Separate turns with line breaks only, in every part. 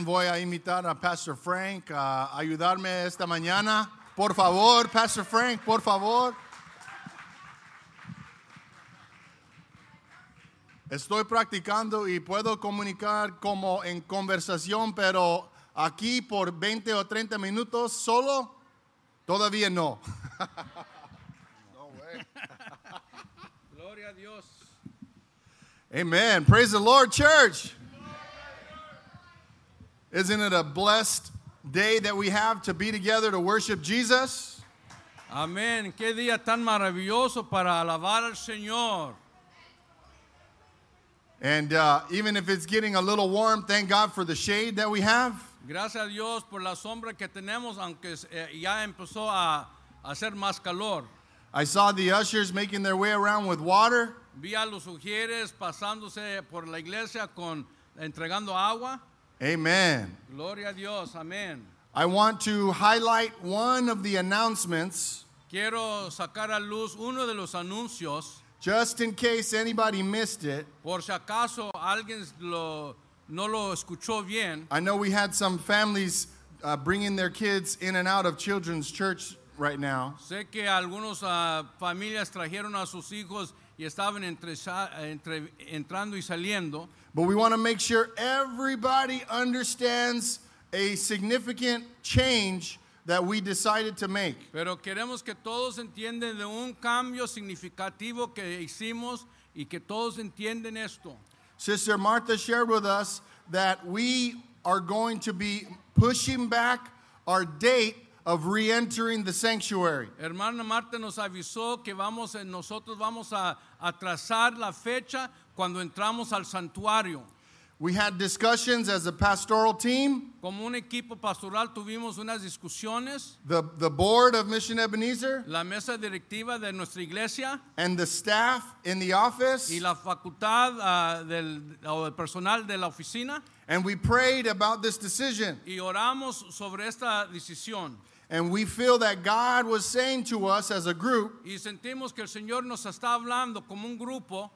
a invitar a Pastor Frank a ayudarme esta mañana. Por favor, Pastor Frank, por favor. Estoy practicando y puedo comunicar como en conversación, pero aquí por 20 o 30 minutos solo, todavía no.
Gloria a Dios.
Amen. Praise the Lord, church. Isn't it a blessed day that we have to be together to worship Jesus?
Amén. Qué día tan maravilloso para alabar al Señor.
And uh, even if it's getting a little warm, thank God for the shade that we have.
Gracias a Dios por la sombra que tenemos, aunque eh, ya empezó a, a hacer más calor.
I saw the ushers making their way around with water.
Vi a los sugieres pasándose por la iglesia con entregando agua.
Amen.
Gloria a Dios. Amén.
I want to highlight one of the announcements
Quiero sacar a luz uno de los anuncios
just in case anybody missed it.
por si acaso alguien lo- no lo escuchó bien.
I know we had some families uh, bringing their kids in and out of children's church right now.
Sé que algunas familias trajeron a sus hijos y estaban entre- entre- entrando y saliendo,
But we want to make sure everybody understands a significant change that we decided to make.
pero queremos que todos entiendan de un cambio significativo que hicimos y que todos entienden esto.
Sister Martha shared with us that we are going to be pushing back our date of re entering the sanctuary.
Hermana Marta nos avisó que vamos, eh, nosotros vamos a atrasar la fecha cuando entramos al santuario.
We had discussions as a pastoral team,
Como un equipo pastoral tuvimos unas discusiones,
the, the board of Mission Ebenezer,
la mesa directiva de nuestra iglesia
and the staff in the office.
y la facultad ah, del o el personal de la oficina
And we prayed about this decision.
y oramos sobre esta decisión
And we feel that God was saying to us as a group,
y sentimos que el Señor nos está hablando como un grupo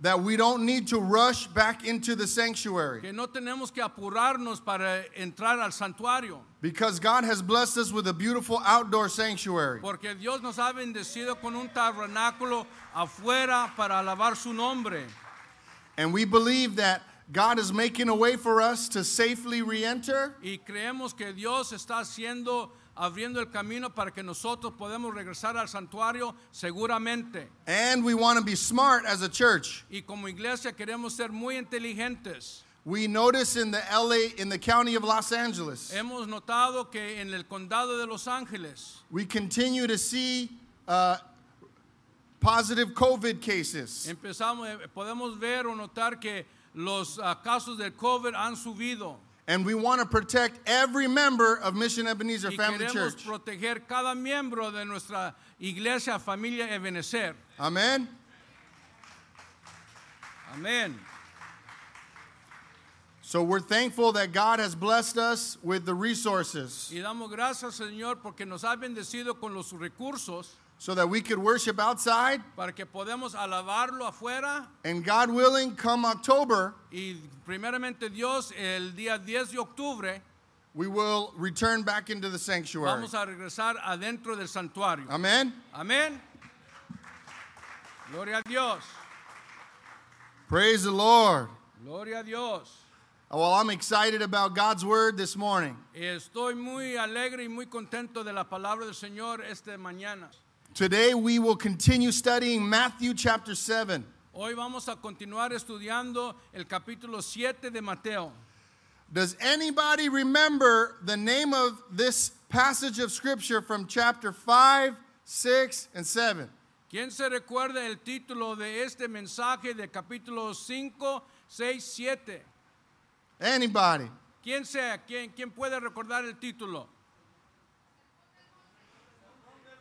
that we don't need to rush back into the sanctuary
que no tenemos que apurarnos para entrar al santuario
because God has blessed us with a beautiful outdoor sanctuary.
porque Dios nos ha bendecido con un tabernáculo afuera para alabar su nombre
And we believe that God is making a way for us to safely re enter
y creemos que Dios está haciendo abriendo el camino para que nosotros podamos regresar al santuario seguramente
and we want to be smart as a church.
y como iglesia queremos ser muy inteligentes
We notice in the LA, in the county of Los Angeles,
Hemos notado que en el condado de Los Ángeles
we continue to see uh, positive COVID cases.
empezamos, eh, podemos ver o notar que los ah, casos del COVID han subido.
And we want to protect every member of Mission Ebenezer
y
Family
queremos
Church.
proteger cada miembro de nuestra iglesia, familia Ebenezer.
Amen.
Amén.
So we're thankful that God has blessed us with the resources
Y damos gracias, Señor, porque nos ha bendecido con los recursos
so that we could worship outside.
para que podamos alabarlo afuera.
And God willing, come October,
Y primeramente Dios, el día 10 de octubre,
we will return back into the sanctuary.
vamos a regresar adentro del santuario.
Amen.
Amén. Gloria a Dios.
Praise the Lord.
Gloria a Dios.
Well, I'm excited about God's word this morning.
Estoy muy alegre y muy contento de la palabra del Señor esta mañana.
Today we will continue studying Matthew chapter 7.
Hoy vamos a continuar estudiando el capítulo 7 de Mateo.
Does anybody remember the name of this passage of scripture from chapter 5, 6, and 7?
¿Quién se recuerda el título de este mensaje del capítulo 5, 6, 7?
Anybody?
¿Quién, se, quién, ¿Quién puede recordar el título?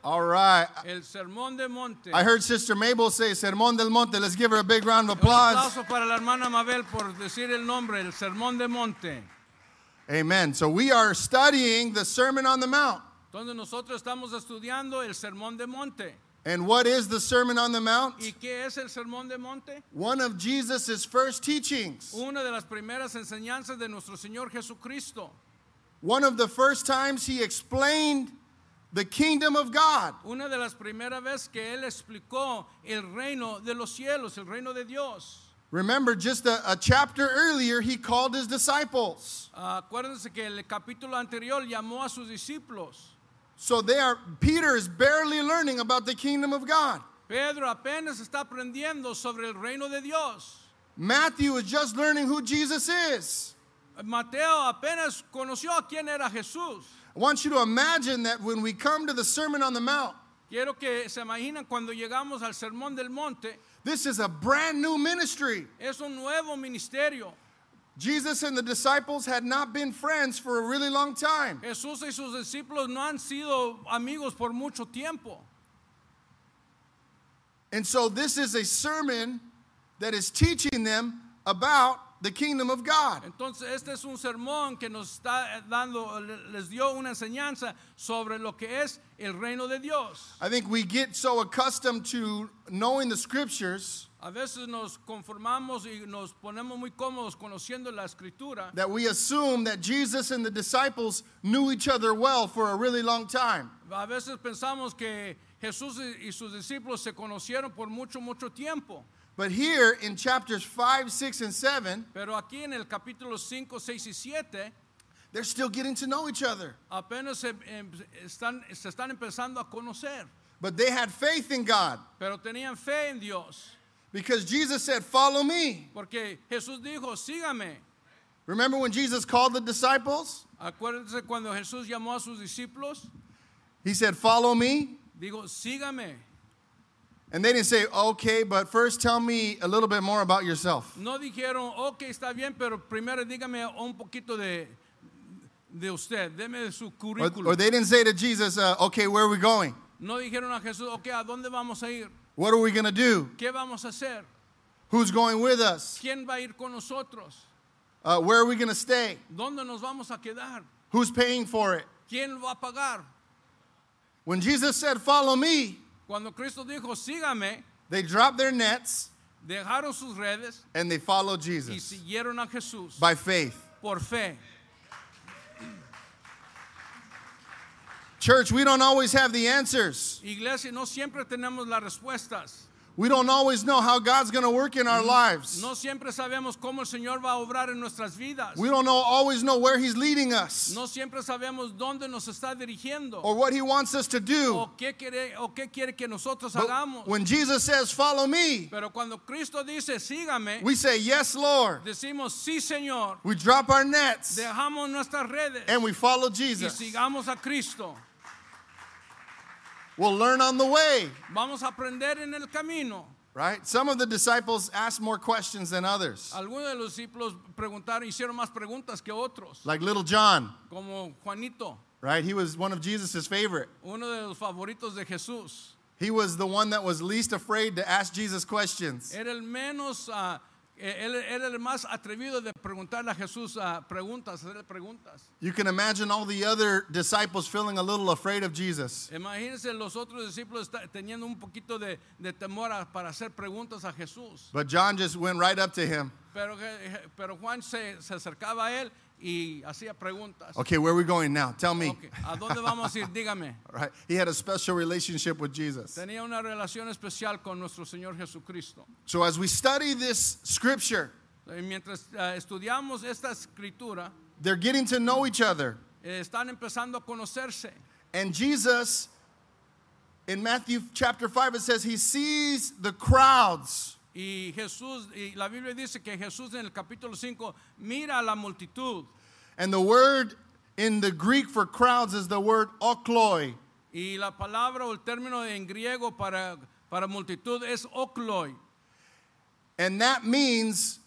All right.
El Sermón de Monte.
I heard Sister Mabel say Sermón del Monte. Let's give her a big round of
Un
applause.
aplauso para la hermana Mabel por decir el nombre, el Sermón de Monte.
Amen. So we are studying the Sermon on the Mount.
Entonces nosotros estamos estudiando el Sermón de Monte.
And what is the Sermon on the Mount?
¿Y qué es el Sermón de Monte?
One of Jesus' first teachings.
Una de las primeras enseñanzas de nuestro Señor Jesucristo.
One of the first times he explained the kingdom of God.
Una de las primeras veces que Él explicó el reino de los cielos, el reino de Dios.
Remember, just a, a chapter earlier, he called his disciples.
Ah, Acuérdense que el capítulo anterior llamó a sus discípulos.
So they are, Peter is barely learning about the kingdom of God.
Pedro apenas está aprendiendo sobre el reino de Dios.
Matthew is just learning who Jesus is.
Mateo apenas conoció a quién era Jesús.
I want you to imagine that when we come to the Sermon on the Mount,
Quiero que se imaginen cuando llegamos al Sermón del Monte,
this is a brand new ministry.
es un nuevo ministerio.
Jesus and the disciples had not been friends for a really long time.
Jesús y sus discípulos no han sido amigos por mucho tiempo.
And so this is a sermon that is teaching them about the kingdom of God.
Entonces, este es un sermón que nos está dando, les dio una enseñanza sobre lo que es el reino de Dios.
I think we get so accustomed to knowing the scriptures
A veces nos conformamos y nos ponemos muy cómodos conociendo la escritura
that we assume that Jesus and the disciples knew each other well for a really long time.
A veces pensamos que Jesús y y sus discípulos se conocieron por mucho, mucho tiempo.
But here in chapters 5, 6, and 7,
Pero aquí en el capítulo 5, 6 y 7,
they're still getting to know each other.
apenas se, em, están, se están empezando a conocer.
But they had faith in God
Pero tenían fe en Dios.
because Jesus said, Follow me.
Porque Jesús dijo, sígame.
Remember when Jesus called the disciples?
Acuérdense cuando Jesús llamó a sus discípulos,
He said, Follow me.
dijo, sígame.
And they didn't say, okay, but first tell me a little bit more about yourself.
No dijeron, ok, está bien, pero primero dígame un poquito de, de usted, deme de su
Or,
currículum.
or they didn't say to Jesus, uh, okay, where are we going?
no dijeron a Jesús, ok, ¿a dónde vamos a ir?
What are we going to do?
¿Qué vamos a hacer?
Who's going with us?
¿Quién va a ir con nosotros?
Uh, where are we going to stay?
¿Dónde nos vamos a quedar?
Who's paying for it?
¿Quién va a pagar?
When Jesus said, follow me,
Cuando Cristo dijo, sígame,
they dropped their nets
dejaron sus redes
and they followed
y
Jesus
siguieron a Jesús
by faith.
por fe.
Church, we don't always have the answers.
Iglesia, no siempre tenemos las respuestas.
We don't always know how God's going to work in our lives.
No siempre sabemos cómo el Señor va a obrar en nuestras vidas.
We don't know, always know where He's leading us
No siempre sabemos dónde nos está dirigiendo
or what He wants us to do.
o qué quiere, o qué quiere que nosotros
But
hagamos.
when Jesus says, follow me,
Pero cuando Cristo dice, sígame,
We say, Yes, Lord.
decimos, sí Señor,
We drop our nets
dejamos nuestras redes
and we follow
y
Jesus.
sigamos a Cristo.
We'll learn on the way,
Vamos a aprender en el camino.
right? Some of the disciples asked more questions than others,
Algunos de los discípulos preguntaron, hicieron más preguntas que otros,
like little John,
como Juanito,
right? He was one of Jesus' favorite.
uno de los favoritos de Jesús.
He was the one that was least afraid to ask Jesus questions.
Era el menos, ah, eh, él era el más atrevido de preguntarle a Jesús ah, preguntas, hacerle preguntas.
You can imagine all the other disciples feeling a little afraid of Jesus.
Imagínense los otros discípulos ta- teniendo un poquito de, de temor a- para hacer preguntas a Jesús.
But John just went right up to him.
Pero, Je- pero Juan se, se acercaba a él y hacía preguntas.
Okay, where are we going now? Tell me.
Ok, ¿A dónde vamos a ir? Dígame.
Right? He had a special relationship with Jesus.
Tenía una relación especial con nuestro Señor Jesucristo.
So as we study this scripture,
Y mientras ah, estudiamos esta escritura,
they're getting to know each other.
eh, están empezando a conocerse.
And Jesus, in Matthew chapter 5, it says he sees the crowds.
Y Jesús, y la Biblia dice que Jesús en el capítulo 5 mira a la multitud.
And the word in the Greek for crowds is the word okloi.
Y la palabra o el término en griego para, para multitud es okloi.
And that means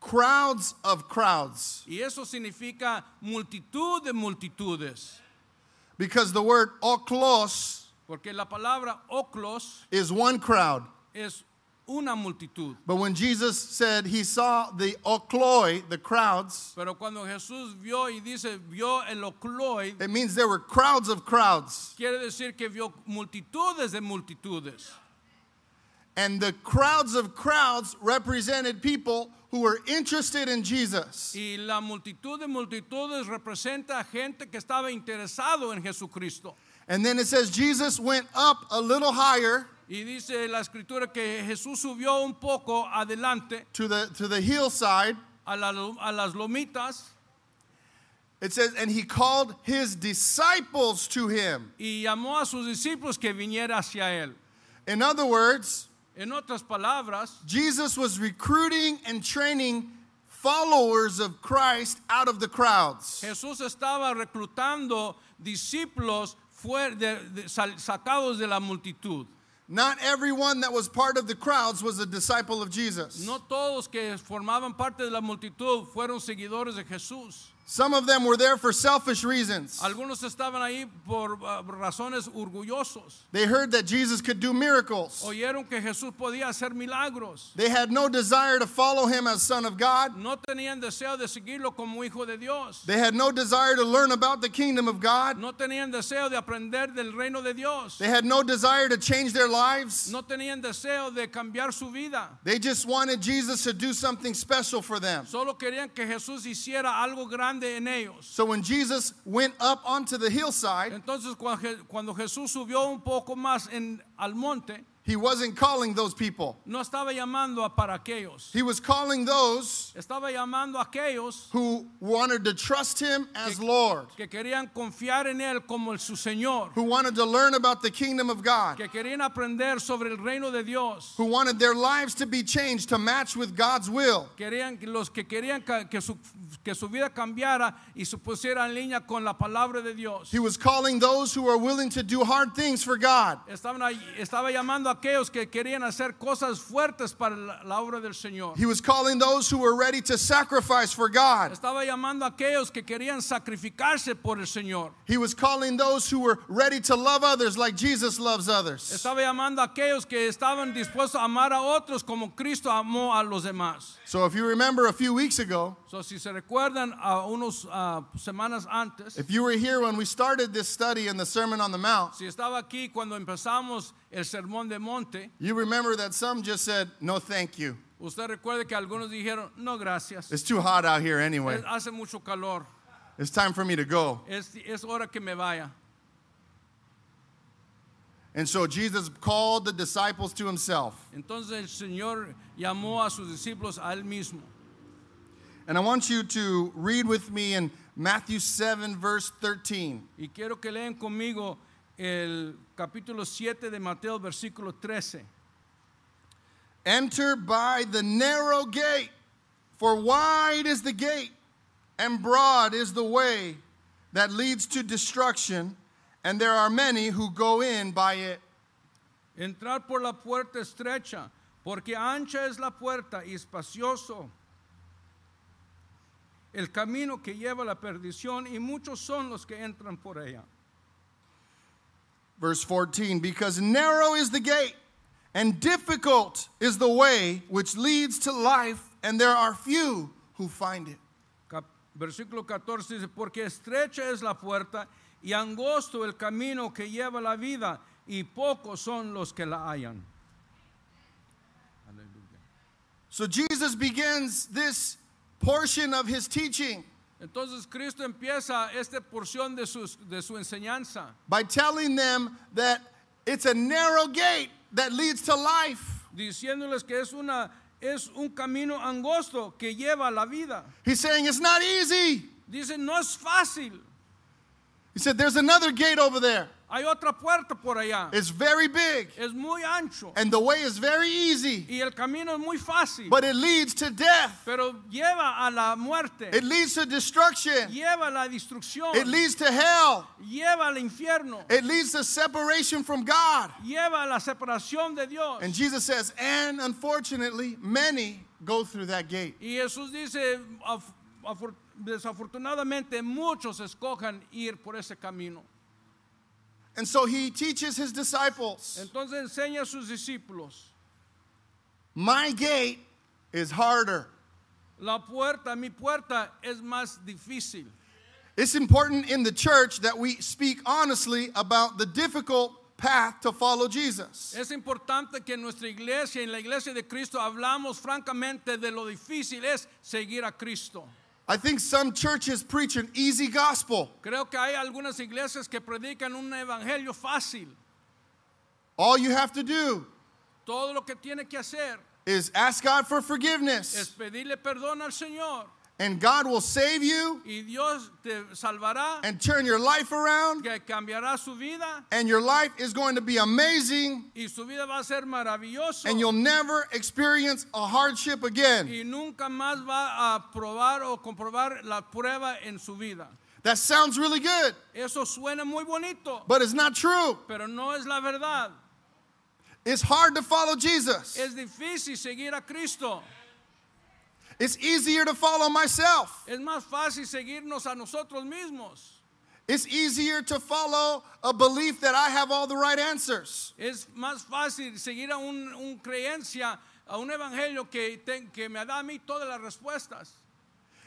crowds of crowds.
Y eso significa multitud de multitudes.
Because the word oklos
Porque la palabra oklos
is one crowd,
es una multitud.
But when Jesus said he saw the okloi, the crowds,
Pero cuando Jesús vio y dice, vio el ocloi,
it means there were crowds of crowds.
quiere decir que vio multitudes de multitudes.
And the crowds of crowds represented people who were interested in Jesus.
Y la multitud de multitudes representa a gente que estaba interesado en Jesucristo.
And then it says Jesus went up a little higher
Y dice la escritura que Jesús subió un poco adelante
to the to the hillside.
a, la lo- a las lomitas
It says and he called his disciples to him.
y llamó a sus discípulos que viniera hacia él.
In other words,
En otras palabras,
Jesus was recruiting and training followers of Christ out of the crowds.
Jesús estaba reclutando discípulos fue- de- de- sal- sacados de la multitud.
Not everyone that was part of the crowds was a disciple of Jesus.
No todos que formaban parte de la multitud fueron seguidores de Jesús.
Some of them were there for selfish reasons.
Algunos estaban ahí por ah, razones orgullosos.
They heard that Jesus could do miracles.
Oyeron que Jesús podía hacer milagros.
They had no desire to follow him as Son of God.
No tenían deseo de seguirlo como hijo de Dios.
They had no desire to learn about the kingdom of God.
No tenían deseo de aprender del reino de Dios.
They had no desire to change their lives.
No tenían deseo de cambiar su vida.
They just wanted Jesus to do something special for them.
Solo querían que Jesús hiciera algo grande en ellos.
So when Jesus went up onto the hillside,
Entonces cuan- Je- cuando Jesús subió un poco más en, al monte,
he wasn't calling those people.
no estaba llamando a para aquellos.
He was calling those
Estaba llamando a aquellos
who wanted to trust him as Lord,
que querían confiar en Él como el- su Señor,
who wanted to learn about the kingdom of God,
que querían aprender sobre el reino de Dios.
who wanted their lives to be changed to match with God's will.
Querían, los que querían ca- que su, que su vida cambiara y se pusiera en línea con la palabra de Dios.
He was calling those who are willing to do hard things for God.
Estaban ahí- estaba llamando a aquellos que querían hacer cosas fuertes para la, la obra del Señor.
He was calling those who were ready to sacrifice for God.
Estaba llamando a aquellos que querían sacrificarse por el Señor.
He was calling those who were ready to love others like Jesus loves others.
Estaba llamando a aquellos que estaban dispuestos a amar a otros como Cristo amó a los demás.
So if you remember a few weeks ago,
So, si se recuerdan a unos ah, semanas antes,
if you were here when we started this study in the Sermon on the Mount,
si estaba aquí cuando empezamos el sermón de monte,
you remember that some just said, "No, thank you.
usted recuerde que algunos dijeron, no gracias,
It's too hot out here anyway.
Eh, hace mucho calor,
It's time for me to go."
es, es hora que me vaya.
And so Jesus called the disciples to himself.
Entonces el Señor llamó a sus discípulos a él mismo.
And I want you to read with me in Matthew 7 verse 13.
Y quiero que lean conmigo el capítulo 7 de Mateo, versículo 13.
Enter by the narrow gate, for wide is the gate, and broad is the way that leads to destruction, and there are many who go in by it.
Entrar por la puerta estrecha, porque ancha es la puerta y espacioso el camino que lleva a la perdición y muchos son los que entran por ella.
Verse 14, because narrow is the gate, and difficult is the way which leads to life, and there are few who find it.
Cap- Versículo 14 dice, porque estrecha es la puerta y angosto el camino que lleva a la vida y pocos son los que la hallan.
So Jesus begins this portion of his teaching
Entonces Cristo empieza esta porción de, sus- de su enseñanza
by telling them that it's a narrow gate that leads to life.
diciéndoles que es, una, es un camino angosto que lleva a la vida.
He's saying it's not easy.
Dice, no es fácil,
He said there's another gate over there.
hay otra puerta por allá,
It's very big
es muy ancho
and the way is very easy,
y el camino es muy fácil,
but it leads to death.
pero lleva a la muerte,
It leads to destruction.
lleva a la destrucción,
It leads to hell.
lleva al infierno,
It leads to separation from God.
lleva a la separación de Dios.
And Jesus says, and unfortunately, many go through that gate.
Y Jesús dice, "Af- afor- desafortunadamente muchos escojan ir por ese camino.
And so he teaches his disciples
Entonces enseña a sus discípulos
My gate is harder.
La puerta, mi puerta es más difícil.
It's important in the church that we speak honestly about the difficult path to follow Jesus.
Es importante que en nuestra iglesia, en la iglesia de Cristo, hablamos francamente de lo difícil es seguir a Cristo.
I think some churches preach an easy gospel.
Creo que hay algunas iglesias que predican un evangelio fácil.
All you have to do
Todo lo que tiene que hacer
is ask God for
es
forgiveness,
pedirle perdón al Señor
and God will save you
y Dios te salvará,
and turn your life around,
que cambiará su vida
and your life is going to be amazing,
y su vida va a ser maravillosa
and you'll never experience a hardship again.
y nunca más va a probar o comprobar la prueba en su vida.
That sounds really good,
Eso suena muy bonito,
but it's not true.
pero no es la verdad.
It's hard to follow Jesus.
Es difícil seguir a Cristo.
It's easier to follow myself.
Es más fácil seguirnos a nosotros mismos.
It's easier to follow a belief that I have all the right answers.
Es más fácil seguir a un, un creencia, a un evangelio que, te- que me da a mí todas las respuestas.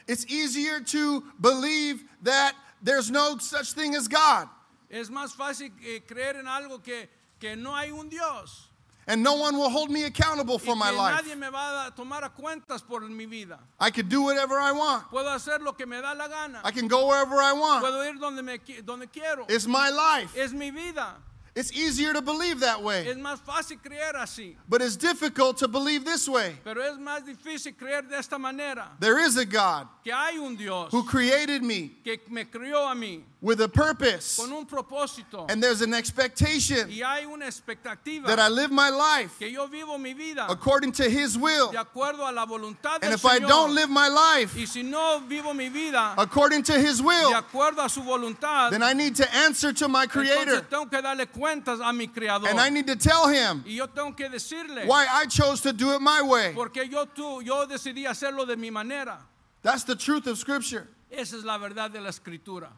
It's easier to believe that there's no such thing as God
Es más fácil eh, creer en algo que, que no hay un Dios.
and no one will hold me accountable
Y
for my
que
life.
nadie me va a tomar a cuentas por mi vida.
I can do whatever I want.
Puedo hacer lo que me da la gana.
I can go wherever I want.
Puedo ir donde, me, qui- donde quiero.
It's my life.
Es mi vida.
It's easier to believe that way,
Es más fácil creer así.
but it's difficult to believe this way.
Pero es más difícil creer de esta manera.
There is a God
Que hay un Dios
who created me
que me crió a mí
with a purpose,
con un propósito.
and there's an expectation
Y hay una expectativa
that I live my life
que yo vivo mi vida
according to His will.
de acuerdo a la voluntad
And
del
if I
Señor.
don't live my life
y si no vivo mi vida
according to His
de
will,
acuerdo a su voluntad,
then I need to answer to my Creator.
entonces tengo que darle cuentas a mi Creador.
And I need to tell Him
y yo tengo que decirle
why I chose to do it my way.
porque yo, tú, yo decidí hacerlo de mi manera.
That's the truth of Scripture.
Esa es la verdad de la Escritura.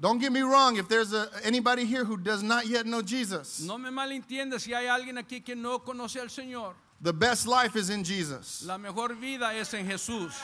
Don't get me wrong, if there's a, anybody here who does not yet know Jesus,
No me malentiendas si hay alguien aquí que no conoce al Señor.
the best life is in Jesus.
La mejor vida es en Jesús.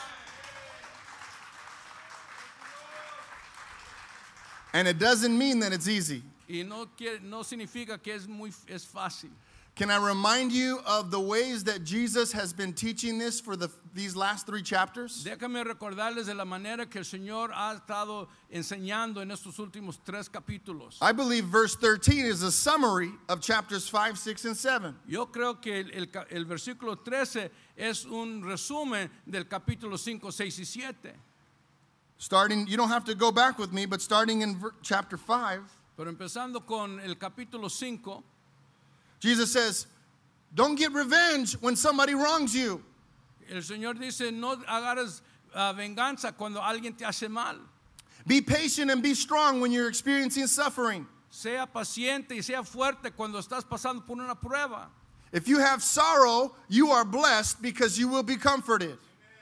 And it doesn't mean that it's easy.
Y no, quiere- no significa que es, muy, es fácil.
Can I remind you of the ways that Jesus has been teaching this for the, these last three chapters?
Déjame recordarles de la manera que el Señor ha estado enseñando en estos últimos tres capítulos.
I believe verse 13 is a summary of chapters 5, 6, and 7.
Yo creo que el, el ca- el versículo 13 es un resumen del capítulo 5, 6 y 7.
Starting, you don't have to go back with me, but starting in ver- chapter 5,
Pero empezando con el capítulo 5,
Jesus says, Don't get revenge when somebody wrongs you.
el Señor dice, no agarres ah, venganza cuando alguien te hace mal.
Be patient and be strong when you're experiencing suffering.
Sea paciente y sea fuerte cuando estás pasando por una prueba.
If you have sorrow, you are blessed because you will be comforted.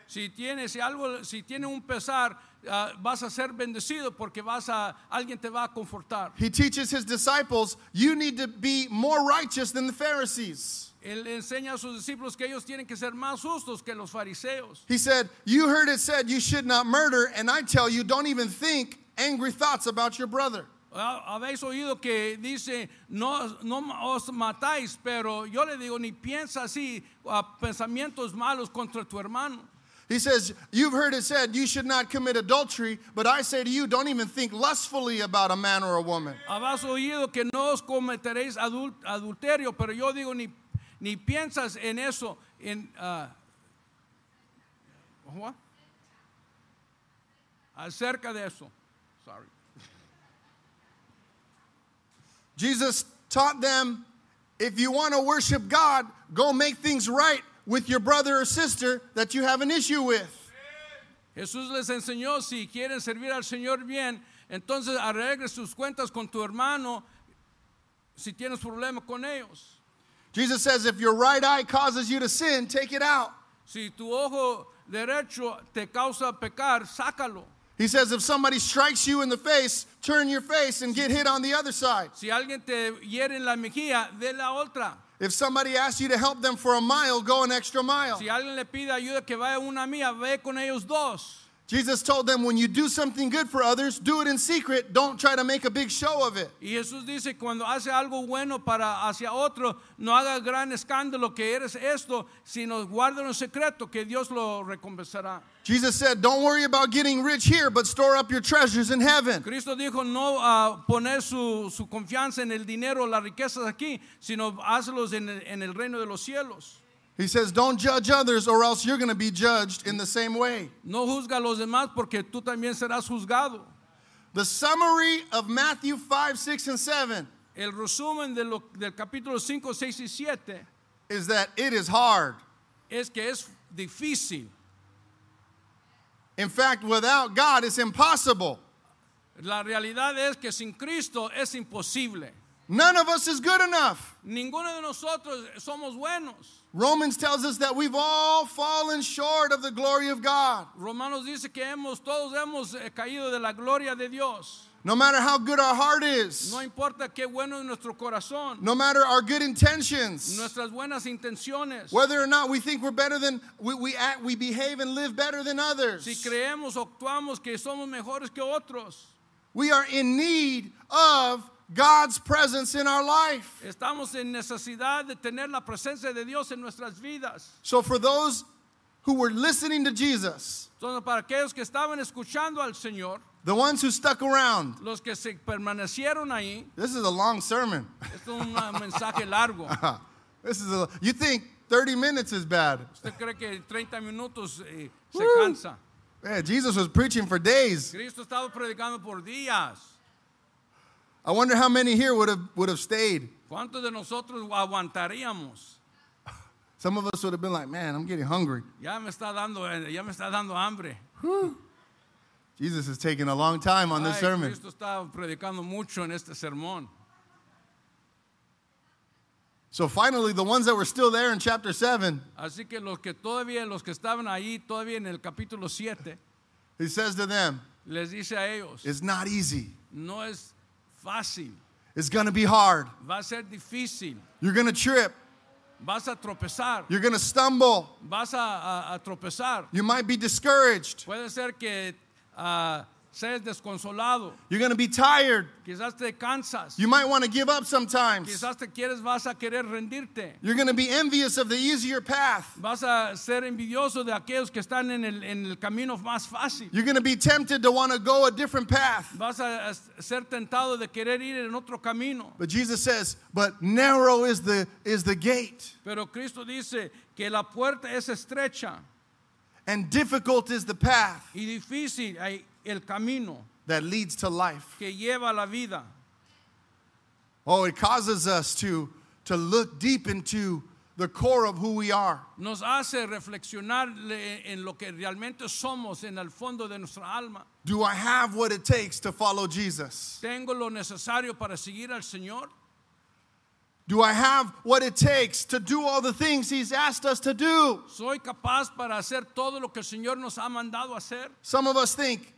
Si tienes si algo, si tiene un pesar, ah, vas a ser bendecido porque vas a alguien te va a confortar.
He teaches his disciples, You need to be more righteous than the Pharisees.
Él enseña a sus discípulos que ellos tienen que ser más justos que los fariseos.
He said, You heard it said you should not murder, and I tell you, don't even think angry thoughts about your brother.
Ah, Habéis oído que dice, no, no ma- os matáis, pero yo le digo, ni piensa así ah, pensamientos malos contra tu hermano.
He says, You've heard it said you should not commit adultery, but I say to you, don't even think lustfully about a man or a woman.
Habéis oído que no os cometeréis adul- adulterio, pero yo digo, ni, ni piensas en eso. En, ah, what? Acerca de eso. Sorry.
Jesus taught them, If you want to worship God, go make things right with your brother or sister that you have an issue with.
Jesús les enseñó, si quieren servir al Señor bien, entonces arregle sus cuentas con tu hermano si tienes problemas con ellos.
Jesus says, If your right eye causes you to sin, take it out.
Si tu ojo derecho te causa pecar, sácalo.
He says, If somebody strikes you in the face, turn your face and get hit on the other side.
Si alguien te hiere en la mejilla, de la otra.
If somebody asks you to help them for a mile, go an extra mile.
Si alguien le pide ayuda que vaya una mía, ve con ellos dos.
Jesus told them, when you do something good for others, do it in secret. Don't try to make a big show of it.
Y Jesús dice, cuando hace algo bueno para hacia otro, no haga gran escándalo que eres esto, sino guárdalo en secreto, que Dios lo recompensará.
Jesus said, don't worry about getting rich here, but store up your treasures in heaven.
Cristo dijo no a poner su, su confianza en el dinero o las riquezas aquí, sino hazlos en el, en el reino de los cielos.
He says, don't judge others, or else you're going to be judged in the same way.
No juzga a los demás porque tú también serás juzgado.
The summary of Matthew 5, 6, and 7
El resumen de lo- del capítulo 5, 6 y 7
is that it is hard.
es que es difícil.
In fact, without God, it's impossible.
La realidad es que sin Cristo es imposible.
None of us is good enough.
Ninguno de nosotros somos buenos.
Romans tells us that we've all fallen short of the glory of God.
Romanos dice que hemos, todos hemos eh, caído de la gloria de Dios.
No matter how good our heart is,
No importa qué bueno es nuestro corazón,
no matter our good intentions,
nuestras buenas intenciones,
whether or not we think we're better than, we, we, act, we behave and live better than
si
others,
creemos o actuamos que somos mejores que otros,
we are in need of God's presence in our life.
estamos en necesidad de tener la presencia de Dios en nuestras vidas.
So, for those who were listening to Jesus,
Entonces, para aquellos que estaban escuchando al Señor,
the ones who stuck around,
los que se permanecieron ahí,
this is a long sermon.
esto es un ah, mensaje largo.
This is a, you think 30 minutes is bad.
Usted cree que 30 minutos eh, se
Woo.
cansa.
Man, Jesus was preaching for days.
Cristo estaba predicando por días.
I wonder how many here would have would have stayed.
¿Cuántos de nosotros aguantaríamos?
Some of us would have been like, "Man, I'm getting hungry."
Ya me está dando, eh, ya me está dando hambre.
Jesus is taking a long time on this
Ay,
sermon.
Cristo está predicando mucho en este sermón.
So finally, the ones that were still there in chapter 7,
Así que los que todavía, los que estaban ahí todavía en el capítulo 7,
he says to them,
les dice a ellos,
"It's not easy.
no es fácil,
It's going to be hard.
va a ser difícil,
You're going to trip.
vas a tropezar,
You're going to stumble.
vas a, a- a tropezar.
You might be discouraged.
Puede ser que ah, seas desconsolado,
You're going to be tired.
quizás te cansas,
You might want to give up sometimes.
quizás te quieres, vas a querer rendirte.
You're going to be envious of the easier path.
Vas a ser envidioso de aquellos que están en el, en el camino más fácil.
You're going to be tempted to want to go a different path."
Vas a ser tentado de querer ir en otro camino.
But Jesus says, "But narrow is the is the gate."
Pero Cristo dice que la puerta es estrecha
And difficult is the path
y difícil hay el camino
that leads to life.
que lleva a la vida.
Oh, it causes us to, to look deep into the core of who we are.
Nos hace reflexionar le- en lo que realmente somos en el fondo de nuestra alma.
Do I have what it takes to follow Jesus?
¿Tengo lo necesario para seguir al Señor?
Do I have what it takes to do all the things He's asked us to do?
¿Soy capaz para hacer todo lo que el Señor nos ha mandado hacer?
Some of us think,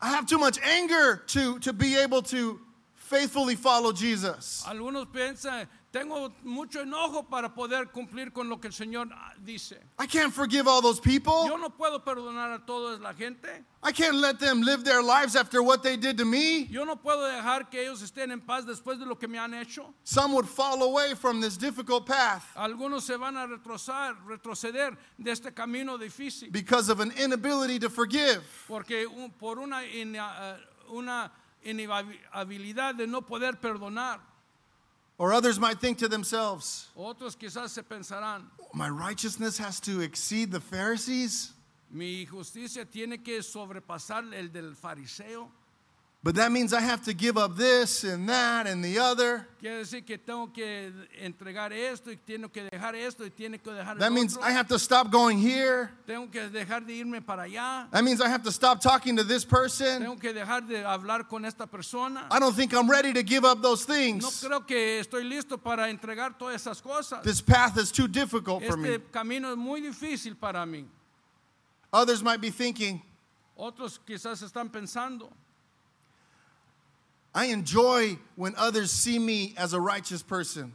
I have too much anger to, to be able to faithfully follow Jesus.
Algunos piensan, tengo mucho enojo para poder cumplir con lo que el Señor ah, dice.
I can't forgive all those
Yo
people.
no puedo perdonar a toda la gente.
I can't let them live their lives after what they did to me.
Yo no puedo dejar que ellos estén en paz después de lo que me han hecho.
Some would fall away from this difficult path.
Algunos se van a retrozar, retroceder de este camino difícil
because of an inability to forgive.
porque un- por una, ina- eh, una inhabilidad de no poder perdonar.
Or others might think to themselves,
Otros quizás se pensarán,
my righteousness has to exceed the Pharisees?
mi justicia tiene que sobrepasar el del fariseo.
But that means I have to give up this and that and the other.
Quiere decir que tengo que entregar esto y tengo que dejar esto y tiene que dejar
That
el
means
otro.
I have to stop going here.
Tengo que dejar de irme para allá.
That means I have to stop talking to this person.
Tengo que dejar de hablar con esta persona.
I don't think I'm ready to give up those
No
things.
creo que estoy listo para entregar todas esas cosas.
This path is too difficult for me.
Este camino es muy difícil para mí.
Others might be thinking,
Otros quizás están pensando,
I enjoy when others see me as a righteous person.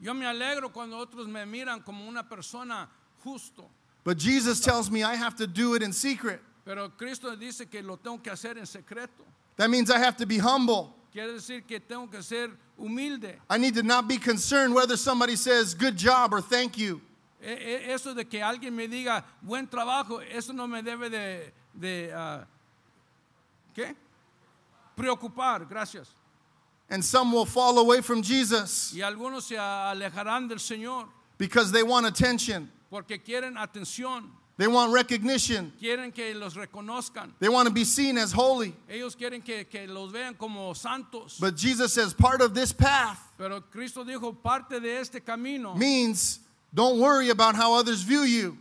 Yo me alegro cuando otros me miran como una persona justo.
But Jesus tells me I have to do it in secret.
Pero Cristo dice que lo tengo que hacer en secreto.
That means I have to be humble.
Quiere decir que tengo que ser humilde.
I need to not be concerned whether somebody says good job or thank you.
E- e- Eso de que alguien me diga buen trabajo, eso no me debe de, de, ah, ¿qué? Preocupar, gracias.
And some will fall away from Jesus
Y algunos se alejarán del Señor
because they want attention,
porque quieren atención,
they want recognition,
quieren que los reconozcan,
they want to be seen as holy.
ellos quieren que, que los vean como santos.
But Jesus says part of this path
Pero Cristo dijo, parte de este camino
means don't worry about how others view you.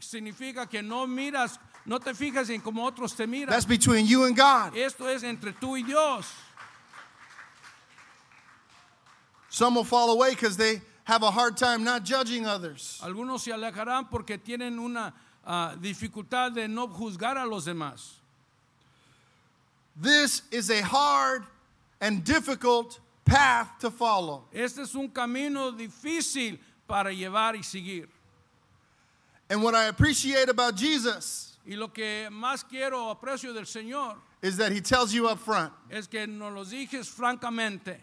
significa que no miras, no te fijas en cómo otros te miran.
That's between you and God.
Esto es entre tú y Dios.
Some will fall away because they have a hard time not judging others.
Algunos se alejarán porque tienen una ah, dificultad de no juzgar a los demás.
This is a hard and difficult path to follow.
Este es un camino difícil para llevar y seguir.
And what I appreciate about Jesus
Y lo que más quiero o aprecio del Señor
is that he tells you up front,
es que nos lo dijes francamente.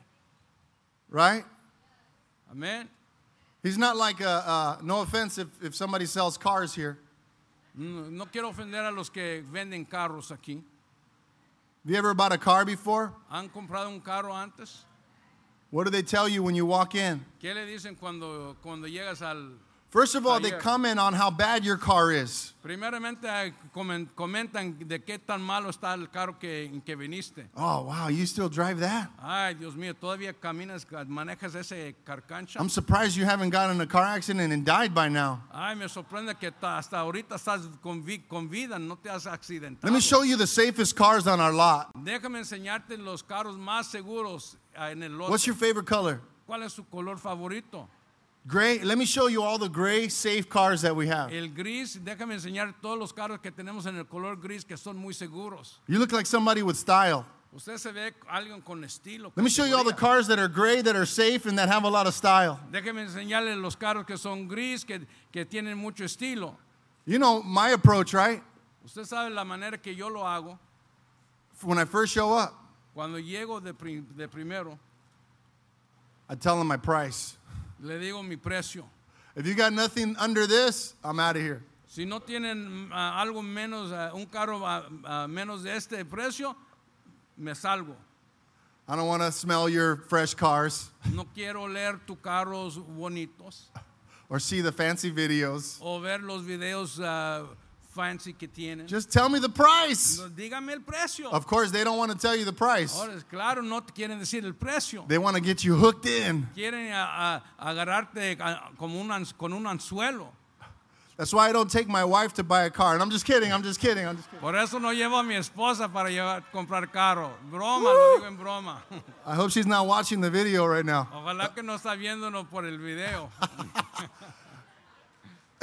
right?
Amén.
He's not like a, uh, no offense if, if somebody sells cars here.
No, no quiero ofender a los que venden carros aquí.
Have you ever bought a car before?
¿Han comprado un carro antes?
What do they tell you when you walk in?
¿Qué le dicen cuando, cuando llegas al...
First of all, they
Ayer.
comment on how bad your car is.
Primeramente eh, comen- comentan de qué tan malo está el carro que, en que viniste.
Oh, wow, you still drive that?
Ay, Dios mío, todavía caminas, ca- manejas ese carcancha.
I'm surprised you haven't gotten in a car accident and died by now.
Ay, me sorprende que ta- hasta ahorita estás con, vi- con vida, no te has accidentado.
Let me show you the safest cars on our lot.
Déjame enseñarte los carros más seguros ah, en el
What's
lote.
your favorite color?
¿Cuál es su color favorito?
Gray. Let me show you all the gray safe cars that we have.
El gris, déjame enseñar todos los carros que tenemos en el color gris que son muy seguros.
You look like somebody with style.
Usted se ve alguien con estilo.
Let me show you all the
categoría.
cars that are gray, that are safe, and that have a lot of style.
Déjenme enseñarles los carros que son gris, que, que tienen mucho estilo.
You know my approach, right?
Usted sabe la manera que yo lo hago.
When I first show up,
Cuando llego de, pri- de primero,
I tell them my price.
le digo mi precio.
If you got nothing under this, I'm out of here.
Si no tienen ah, algo menos, ah, un carro ah, ah, menos de este precio, me salgo.
I don't want to smell your fresh cars
No quiero leer tus carros bonitos
or see the fancy videos.
o ver los videos ah, fancy que tienen.
Just tell me the price.
No, Dígame el precio.
Of course, they don't want to tell you the price.
Ahora, es claro, no te quieren decir el precio.
They want to get you hooked in.
quieren a- a- agarrarte a- como un ans- con un anzuelo.
That's why I don't take my wife to buy a car. And I'm just kidding. I'm just kidding. I'm just kidding.
Por eso no llevo a mi esposa para llevar, comprar carro. Broma, lo digo en broma.
I hope she's not watching the video right now.
Ojalá que no está viéndonos por el video.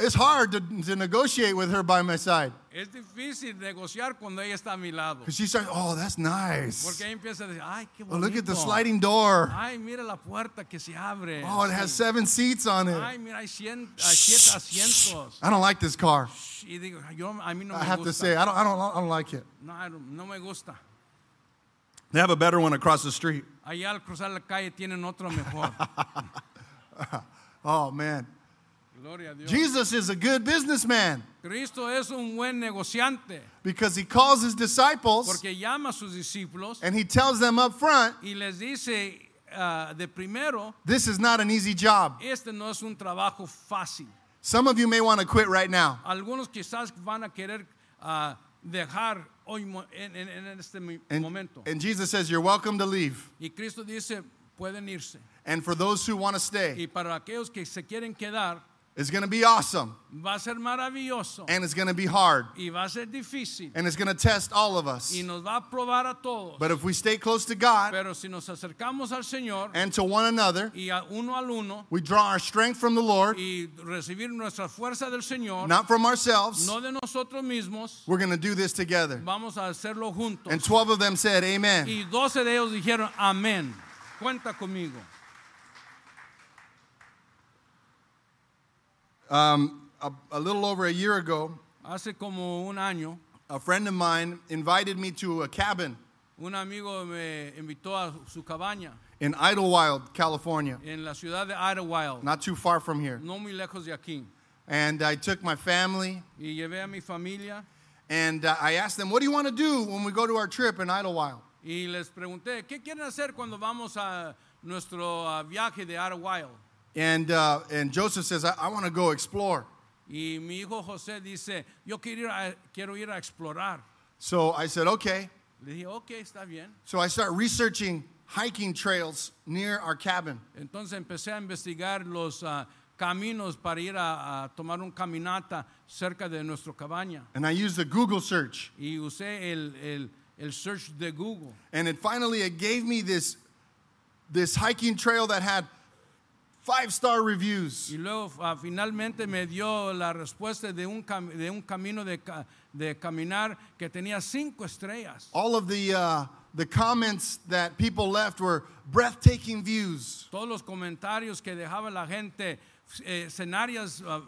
It's hard to, to negotiate with her by my side
Es difícil negociar cuando ella está a mi lado.
because she starts. Oh, that's nice.
Porque ahí empieza a decir, ay, qué
Oh,
bonito.
look at the sliding door.
Ay, mira la puerta que se abre.
Oh, it has seven seats on it.
Ay, mira, hay, cien, hay siete asientos.
I don't like this car.
Y digo, yo, a mí no
I
me
have to say,
gusta.
I don't, I don't, I don't like it.
No, no me gusta.
They have a better one across the street.
Allá al cruzar la calle tienen otro mejor.
Oh man,
Gloria a Dios.
Jesus is a good businessman
Cristo es un buen negociante
because he calls his disciples
porque llama a sus discípulos
and he tells them up front,
y les dice ah, de primero,
this is not an easy job.
este no es un trabajo fácil.
Some of you may want to quit right now.
Algunos quizás van a querer ah, dejar hoy mo- en, en- en este mi-
And,
momento.
and Jesus says, you're welcome to leave.
y Cristo dice, pueden irse.
And for those who want to stay,
Y para aquellos que se quieren quedar,
it's going to be awesome
va a ser maravilloso
and it's going to be hard
y va a ser difícil
and it's going to test all of us.
y nos va a probar a todos.
But if we stay close to God
Pero si nos acercamos al Señor
and to one another,
y a uno al uno,
we draw our strength from the Lord,
y recibir nuestra fuerza del Señor,
not from ourselves.
no de nosotros mismos,
We're going to do this together.
vamos a hacerlo juntos.
And 12 of them said, Amen.
Y 12 de ellos dijeron, amén, cuenta conmigo.
Um, a, a little over a year ago,
Hace como un año,
a friend of mine invited me to a cabin
un amigo me invitó a su cabaña
in Idlewild, California,
en la ciudad de Idlewild,
not too far from here.
no muy lejos de aquí.
And I took my family
Y llevé a mi familia
and uh, I asked them, What do you want to do when we go to our trip in Idlewild?
y les pregunté, ¿qué quieren hacer cuando vamos a nuestro ah, viaje de Idlewild?
And, uh, and Joseph says, I, I want to go explore.
Y mi hijo José dice, yo quiero ir a, quiero ir a explorar.
So I said, Okay.
Le dije, ok, está bien.
So I start researching hiking trails near our cabin.
Entonces empecé a investigar los ah, caminos para ir a, a tomar un caminata cerca de nuestra cabaña.
And I used the Google search.
Y usé el, el- el search de Google.
And it finally it gave me this, this hiking trail that had five star reviews.
Y luego ah, finalmente me dio la respuesta de un, cam- de un camino de, ca- de caminar que tenía cinco estrellas.
All of the, uh, the comments that people left were breathtaking views.
Todos los comentarios que dejaba la gente, eh, escenarias ah,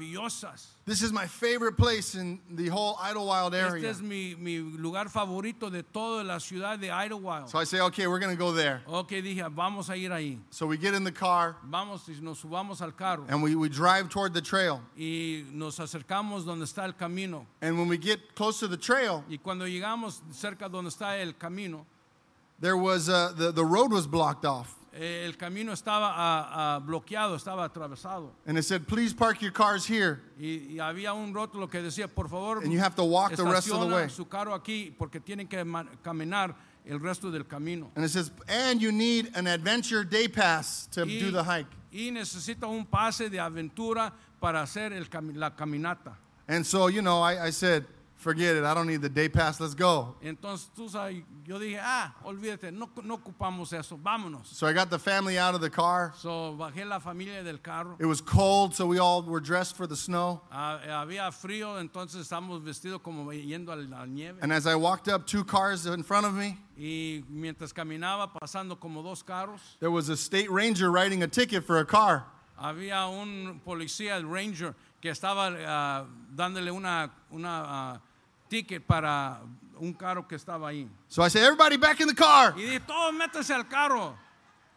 maravillosas.
This is my favorite place in the whole Idlewild
Este
area.
es mi, mi lugar favorito de toda la ciudad de Idlewild.
So I say, okay, we're going to go there.
ok, dije, vamos a ir ahí.
So we get in the car
Vamos y nos subamos al carro
and we, we drive toward the trail.
y nos acercamos donde está el camino.
And when we get close to the trail,
Y cuando llegamos cerca donde está el camino,
there was uh, the, the road was blocked off.
eh, el camino estaba ah, ah, bloqueado, estaba atravesado.
And it said, please park your cars here.
Y, y había un rótulo que decía, por favor,
And you have to walk the rest of the
estaciona
way.
su carro aquí porque tienen que ma- caminar el resto del camino.
And it says, and you need an adventure day pass to
Y-
do the hike.
y necesita un pase de aventura para hacer el cami- la caminata.
And so, you know, I, I said, forget it. I don't need the day pass. Let's go.
Entonces tú sabes, yo dije, ah, olvídate, no, no ocupamos eso, vámonos.
So I got the family out of the car.
So, bajé la familia del carro.
It was cold, so we all were dressed for the snow.
Ah, había frío, entonces estábamos vestidos como yendo a la nieve.
And as I walked up, two cars in front of me,
Y mientras caminaba, pasando como dos carros,
there was a state ranger writing a ticket for a car.
había un policía, el ranger, que estaba ah, dándole una, una ah, ticket para un carro que estaba ahí.
So I said, everybody back in the car,
Y dije, todos métanse al carro,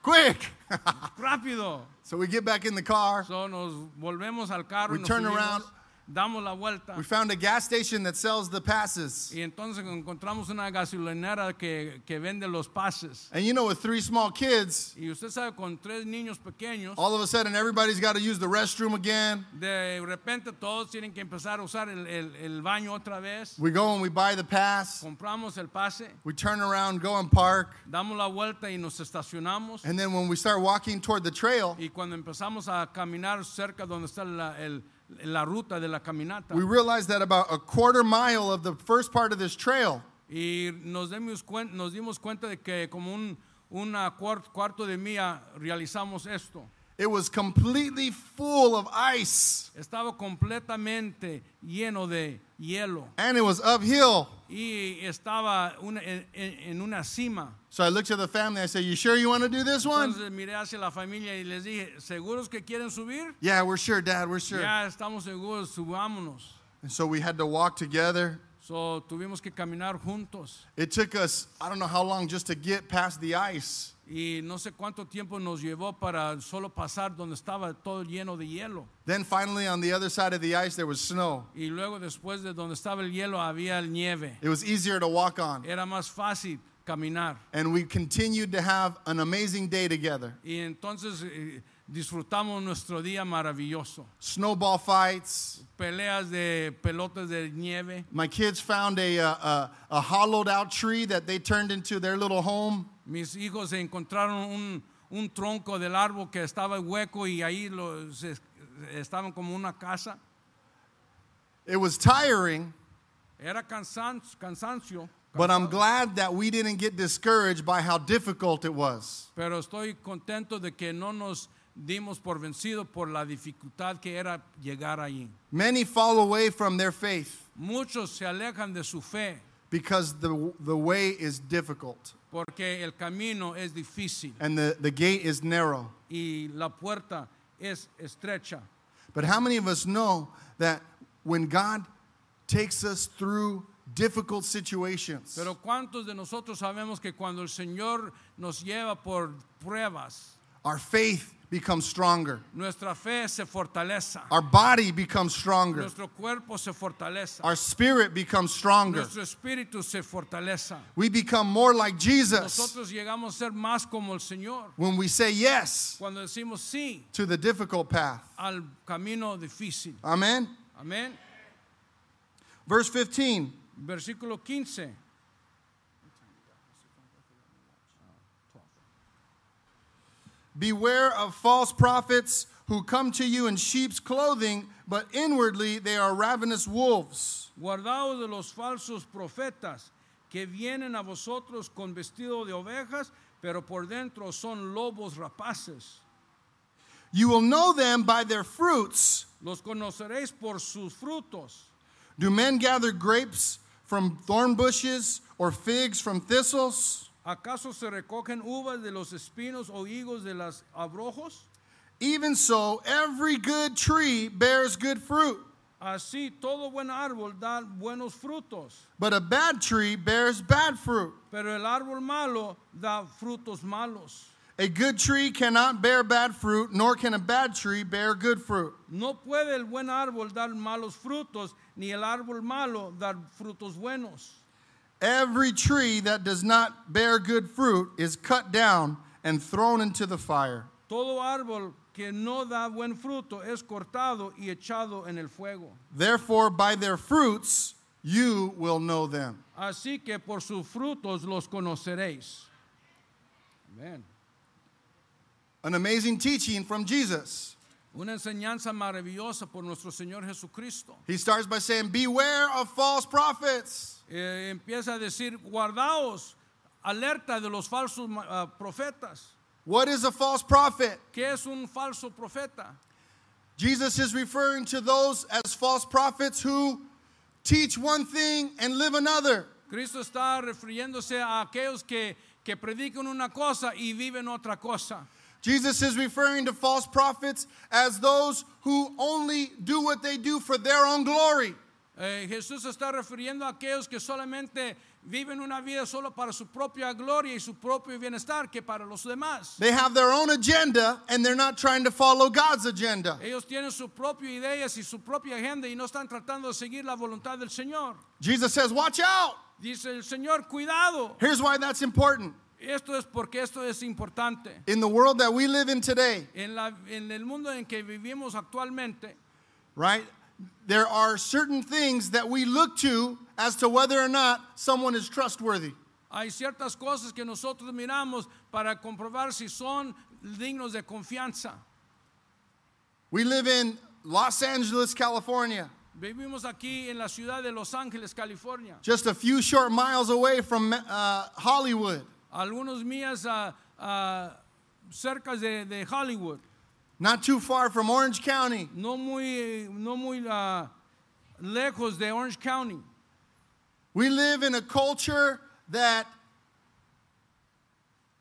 quick.
rápido.
so we get back in the car.
So, nos volvemos al carro,
We
nos
turn
subimos,
around.
damos la vuelta.
We found a gas station that sells the passes.
Y entonces encontramos una gasolinera que, que vende los pases.
And you know, with three small kids,
Y usted sabe, con tres niños pequeños,
all of a sudden everybody's got to use the restroom again.
de repente todos tienen que empezar a usar el, el- el baño otra vez.
We go and we buy the pass.
Compramos el pase,
We turn around, go and park.
damos la vuelta y nos estacionamos.
And then when we start walking toward the trail,
Y cuando empezamos a caminar cerca donde está la, el- la ruta de la caminata,
we realize that about a quarter mile of the first part of this trail
y nos dimos, cuen- nos dimos cuenta de que como un una cuar- cuarto de milla realizamos esto.
It was completely full of ice
Estaba completamente lleno de hielo.
and it was uphill.
y estaba una- en, en- en una cima.
So I looked at the family. I said, You sure you want to do this one?
Entonces miré hacia la familia y les dije, ¿seguros que quieren subir?
Yeah, we're sure, Dad, we're sure.
Ya estamos seguros, subámonos.
And so we had to walk together.
So, tuvimos que caminar juntos
It took us, I don't know how long, just to get past the ice.
y no sé cuánto tiempo nos llevó para solo pasar donde estaba todo lleno de hielo.
Then finally, on the other side of the ice, there was snow.
Y luego después de donde estaba el hielo había el nieve.
It was easier to walk on.
Era más fácil caminar.
And we continued to have an amazing day together
Y entonces eh, disfrutamos nuestro día maravilloso.
snowball fights.
Peleas de pelotas de nieve.
My kids found a, uh, a, a hollowed out tree that they turned into their little home.
Mis hijos encontraron un, un tronco del árbol que estaba hueco y ahí los, es- estaban como una casa.
It was tiring,
Era cansan- cansancio,
But I'm glad that we didn't get discouraged by how difficult it was.
pero estoy contento de que no nos dimos por vencido por la dificultad que era llegar ahí.
Many fall away from their faith
Muchos se alejan de su fe
because the, the way is difficult
porque el camino es difícil
and the, the gate is narrow.
y la puerta es estrecha.
But how many of us know that when God takes us through difficult situations,
Pero ¿cuántos de nosotros sabemos que cuando el Señor nos lleva por pruebas,
our faith becomes stronger,
nuestra fe se fortalece,
our body becomes stronger,
nuestro cuerpo se fortalece,
our spirit becomes stronger.
nuestro espíritu se fortalece.
We become more like Jesus
Nosotros llegamos a ser más como el Señor
when we say yes
cuando decimos sí
to the difficult path.
al camino difícil.
Amen.
Amén.
Verse 15
Versículo 15.
Beware of false prophets who come to you in sheep's clothing, but inwardly they are ravenous wolves.
Guardaos de los falsos profetas que vienen a vosotros con vestido de ovejas, pero por dentro son lobos rapaces.
You will know them by their fruits.
Los conoceréis por sus frutos.
Do men gather grapes from thorn bushes or figs from thistles?
¿Acaso se recogen uvas de los espinos o higos de los abrojos?
Even so, every good tree bears good fruit,
Así todo buen árbol da buenos frutos,
but a bad tree bears bad fruit.
pero el árbol malo da frutos malos.
A good tree cannot bear bad fruit, nor can a bad tree bear good fruit.
No puede el buen árbol dar malos frutos, ni el árbol malo dar frutos buenos.
Every tree that does not bear good fruit is cut down and thrown into the fire.
Todo árbol que no da buen fruto es cortado y echado en el fuego.
Therefore, by their fruits you will know them.
Así que por sus frutos los conoceréis. Amén.
An amazing teaching from Jesus.
Una enseñanza maravillosa por nuestro Señor Jesucristo.
He starts by saying, Beware of false prophets.
Eh, empieza a decir, guardaos, alerta de los falsos ma- ah, profetas.
What is a false prophet?
¿Qué es un falso profeta?
Jesus is referring to those as false prophets who teach one thing and live another.
Cristo está refiriéndose a aquellos que, que predican una cosa y viven otra cosa.
Jesus is referring to false prophets as those who only do what they do for their own glory.
Eh, Jesús está refiriendo a aquellos que solamente viven una vida solo para su propia gloria y su propio bienestar que para los demás.
They have their own agenda and they're not trying to follow God's agenda.
Ellos tienen su propia ideas y su propia agenda y no están tratando de seguir la voluntad del Señor.
Jesus says, Watch out.
Dice el Señor, cuidado.
Here's why that's important.
Esto es porque esto es importante.
In the world that we live in today,
En, la- en el mundo en que vivimos actualmente,
right, there are certain things that we look to as to whether or not someone is trustworthy.
hay ciertas cosas que nosotros miramos para comprobar si son dignos de confianza.
We live in Los Angeles, California,
Vivimos aquí en la ciudad de Los Ángeles, California.
just a few short miles away from uh, Hollywood.
algunos millas a- a cerca de, de Hollywood,
Not too far from Orange County,
no muy, no muy ah, lejos de Orange County.
we live in a culture that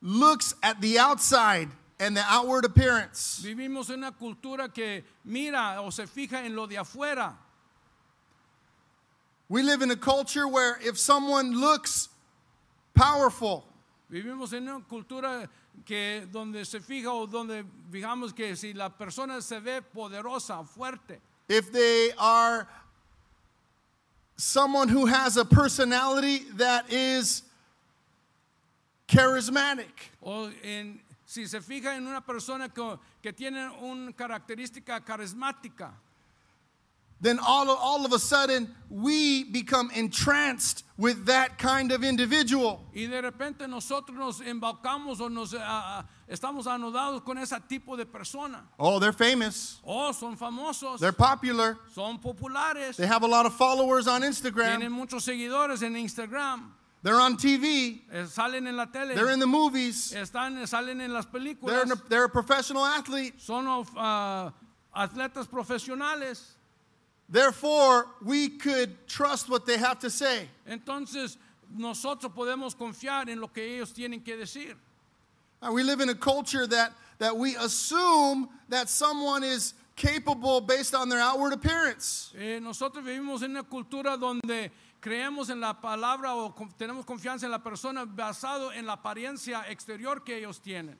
looks at the outside and the outward appearance.
Vivimos en una cultura que mira o se fija en lo de afuera.
We live in a culture where if someone looks powerful,
Vivimos en una cultura que donde se fija o donde digamos que si la persona se ve poderosa, fuerte,
if they are someone who has a personality that is charismatic,
o en- si se fija en una persona que, que tiene una característica carismática,
then all of, all of a sudden we become entranced with that kind of individual.
Y de repente nosotros nos embaucamos o nos ah, ah, estamos anudados con ese tipo de persona.
Oh, they're famous.
Oh, son famosos,
They're popular.
son populares,
They have a lot of followers on
tienen
Instagram.
muchos seguidores en Instagram,
They're on TV.
eh, salen en la tele,
They're in the movies.
están, salen en las
They're,
películas,
an- they're a professional athlete.
son of- ah, atletas profesionales.
Therefore, we could trust what they have to say.
Entonces nosotros podemos confiar en lo que ellos tienen que decir.
Uh, We live in a culture that, that we assume that someone is capable based on their outward appearance.
Eh, nosotros vivimos en una cultura donde creemos en la palabra o con- tenemos confianza en la persona basado en la apariencia exterior que ellos tienen.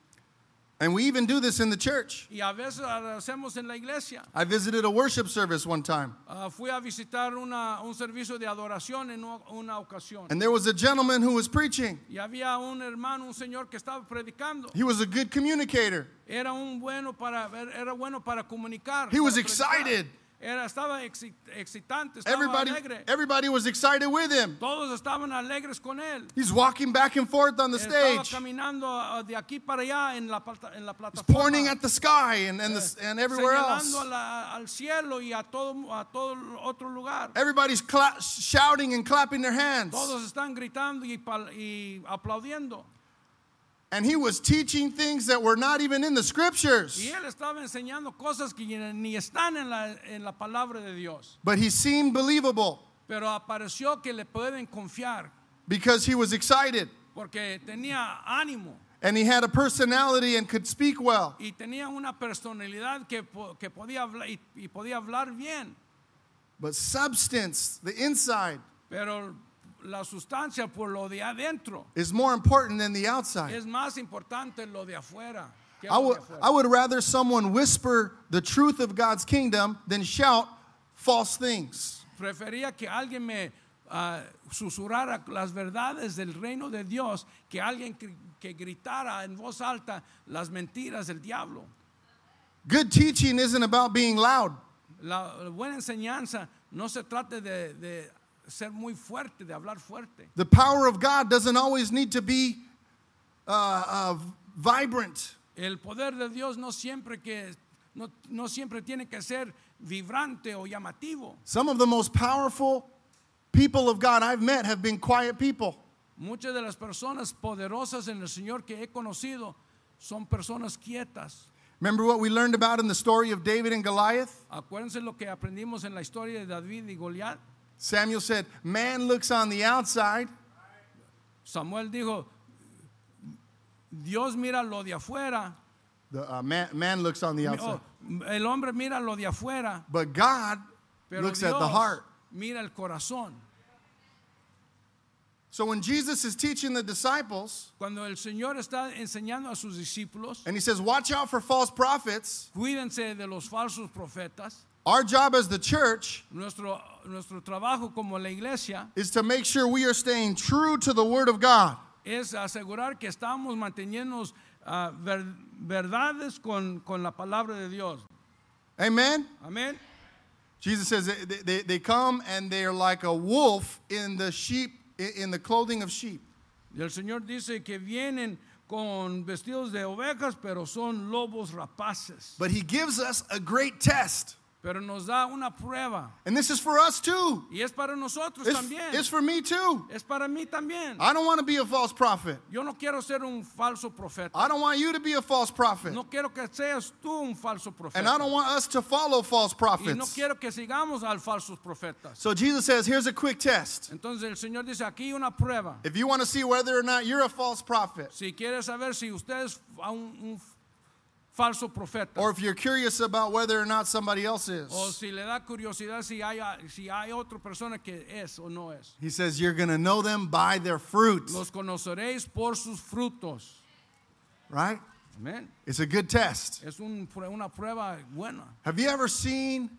And we even do this in the church.
Y a veces lo hacemos en la iglesia.
I visited a worship service one time,
Ah, fui a visitar una- un servicio de adoración en una- una ocasión.
and there was a gentleman who was preaching.
Y había un hermano, un señor que estaba predicando.
He was a good communicator.
Era un bueno para era bueno para comunicar.
He was
para predicar.
excited.
Era estaba exi- excitante, estaba
Everybody,
alegre.
everybody was excited with him.
Todos estaban alegres con él.
He's walking back and forth on the
Estaba
stage,
caminando ah, de aquí para allá en la plata- en la plataforma.
pointing at the sky and, and, the, and everywhere else.
Eh, señalando a la- al cielo y a todo a todo otro lugar.
Everybody's cla- shouting and clapping their hands.
Todos están gritando y, pal- y aplaudiendo.
And he was teaching things that were not even in the
Y
scriptures.
él estaba enseñando cosas que ni están en la, en la palabra de Dios.
But he seemed believable
Pero apareció que le pueden confiar
because he was excited
porque tenía ánimo
and he had a personality and could speak well.
y tenía una personalidad que, po- que podía hablar y, y podía hablar bien.
But substance, the inside,
Pero la sustancia por lo de adentro
is more important than the outside.
es más importante lo de afuera. que
I
lo de
would,
afuera.
I would rather someone whisper the truth of God's kingdom than shout false things.
Prefería que alguien me ah, susurrara las verdades del reino de Dios que alguien que, que gritara en voz alta las mentiras del diablo.
Good teaching isn't about being loud,
La buena enseñanza no se trata de, de ser muy fuerte, de hablar fuerte.
the power of God doesn't always need to be uh, uh, vibrant.
El poder de Dios no siempre, que, no, no siempre tiene que ser vibrante o llamativo.
Some of the most powerful people of God I've met have been quiet people.
Muchas de las personas poderosas en el Señor que he conocido son personas quietas.
Remember what we learned about in the story of David and Goliath?
Acuérdense lo que aprendimos en la historia de David y Goliat.
Samuel said, Man looks on the outside,
Samuel dijo, Dios mira lo de afuera,
the, uh, man, man looks on the outside,
Oh, el hombre mira lo de afuera,
but God
pero
looks
Dios
at the heart.
mira el corazón.
So when Jesus is teaching the disciples
Cuando el Señor está enseñando a sus discípulos,
and he says, Watch out for false prophets,
cuídense de los falsos profetas.
our job as the church
Nuestro, nuestro trabajo como la iglesia
is to make sure we are staying true to the Word of God.
es asegurar que estamos manteniendo ah, verdades con, con la palabra de Dios.
Amen?
Amén.
Jesus says they, they, they come and they are like a wolf in the sheep in the clothing of sheep.
Y el Señor dice que vienen con vestidos de ovejas, pero son lobos rapaces.
But he gives us a great test.
Pero nos da una prueba.
And this is for us too.
Y es para nosotros
It's,
también.
it's for me too.
es para mí también.
I don't want to be a false prophet.
Yo no quiero ser un falso profeta.
I don't want you to be a false prophet.
No quiero que seas tú un falso profeta.
And I don't want us to follow false
y no
prophets.
quiero que sigamos al falsos profetas.
So Jesus says, here's a quick test.
Entonces el Señor dice, aquí una prueba.
If you want to see whether or not you're a false prophet,
Si quieres saber si usted es a un, un falso profeta
or if you're curious about whether or not somebody else
o
is,
si le da curiosidad si hay, a- si hay otra persona que es o no es.
he says, you're going to know them by their fruit.
Los conoceréis por sus frutos.
Right?
Amén.
It's a good test.
Es un prue- una prueba buena.
Have you ever seen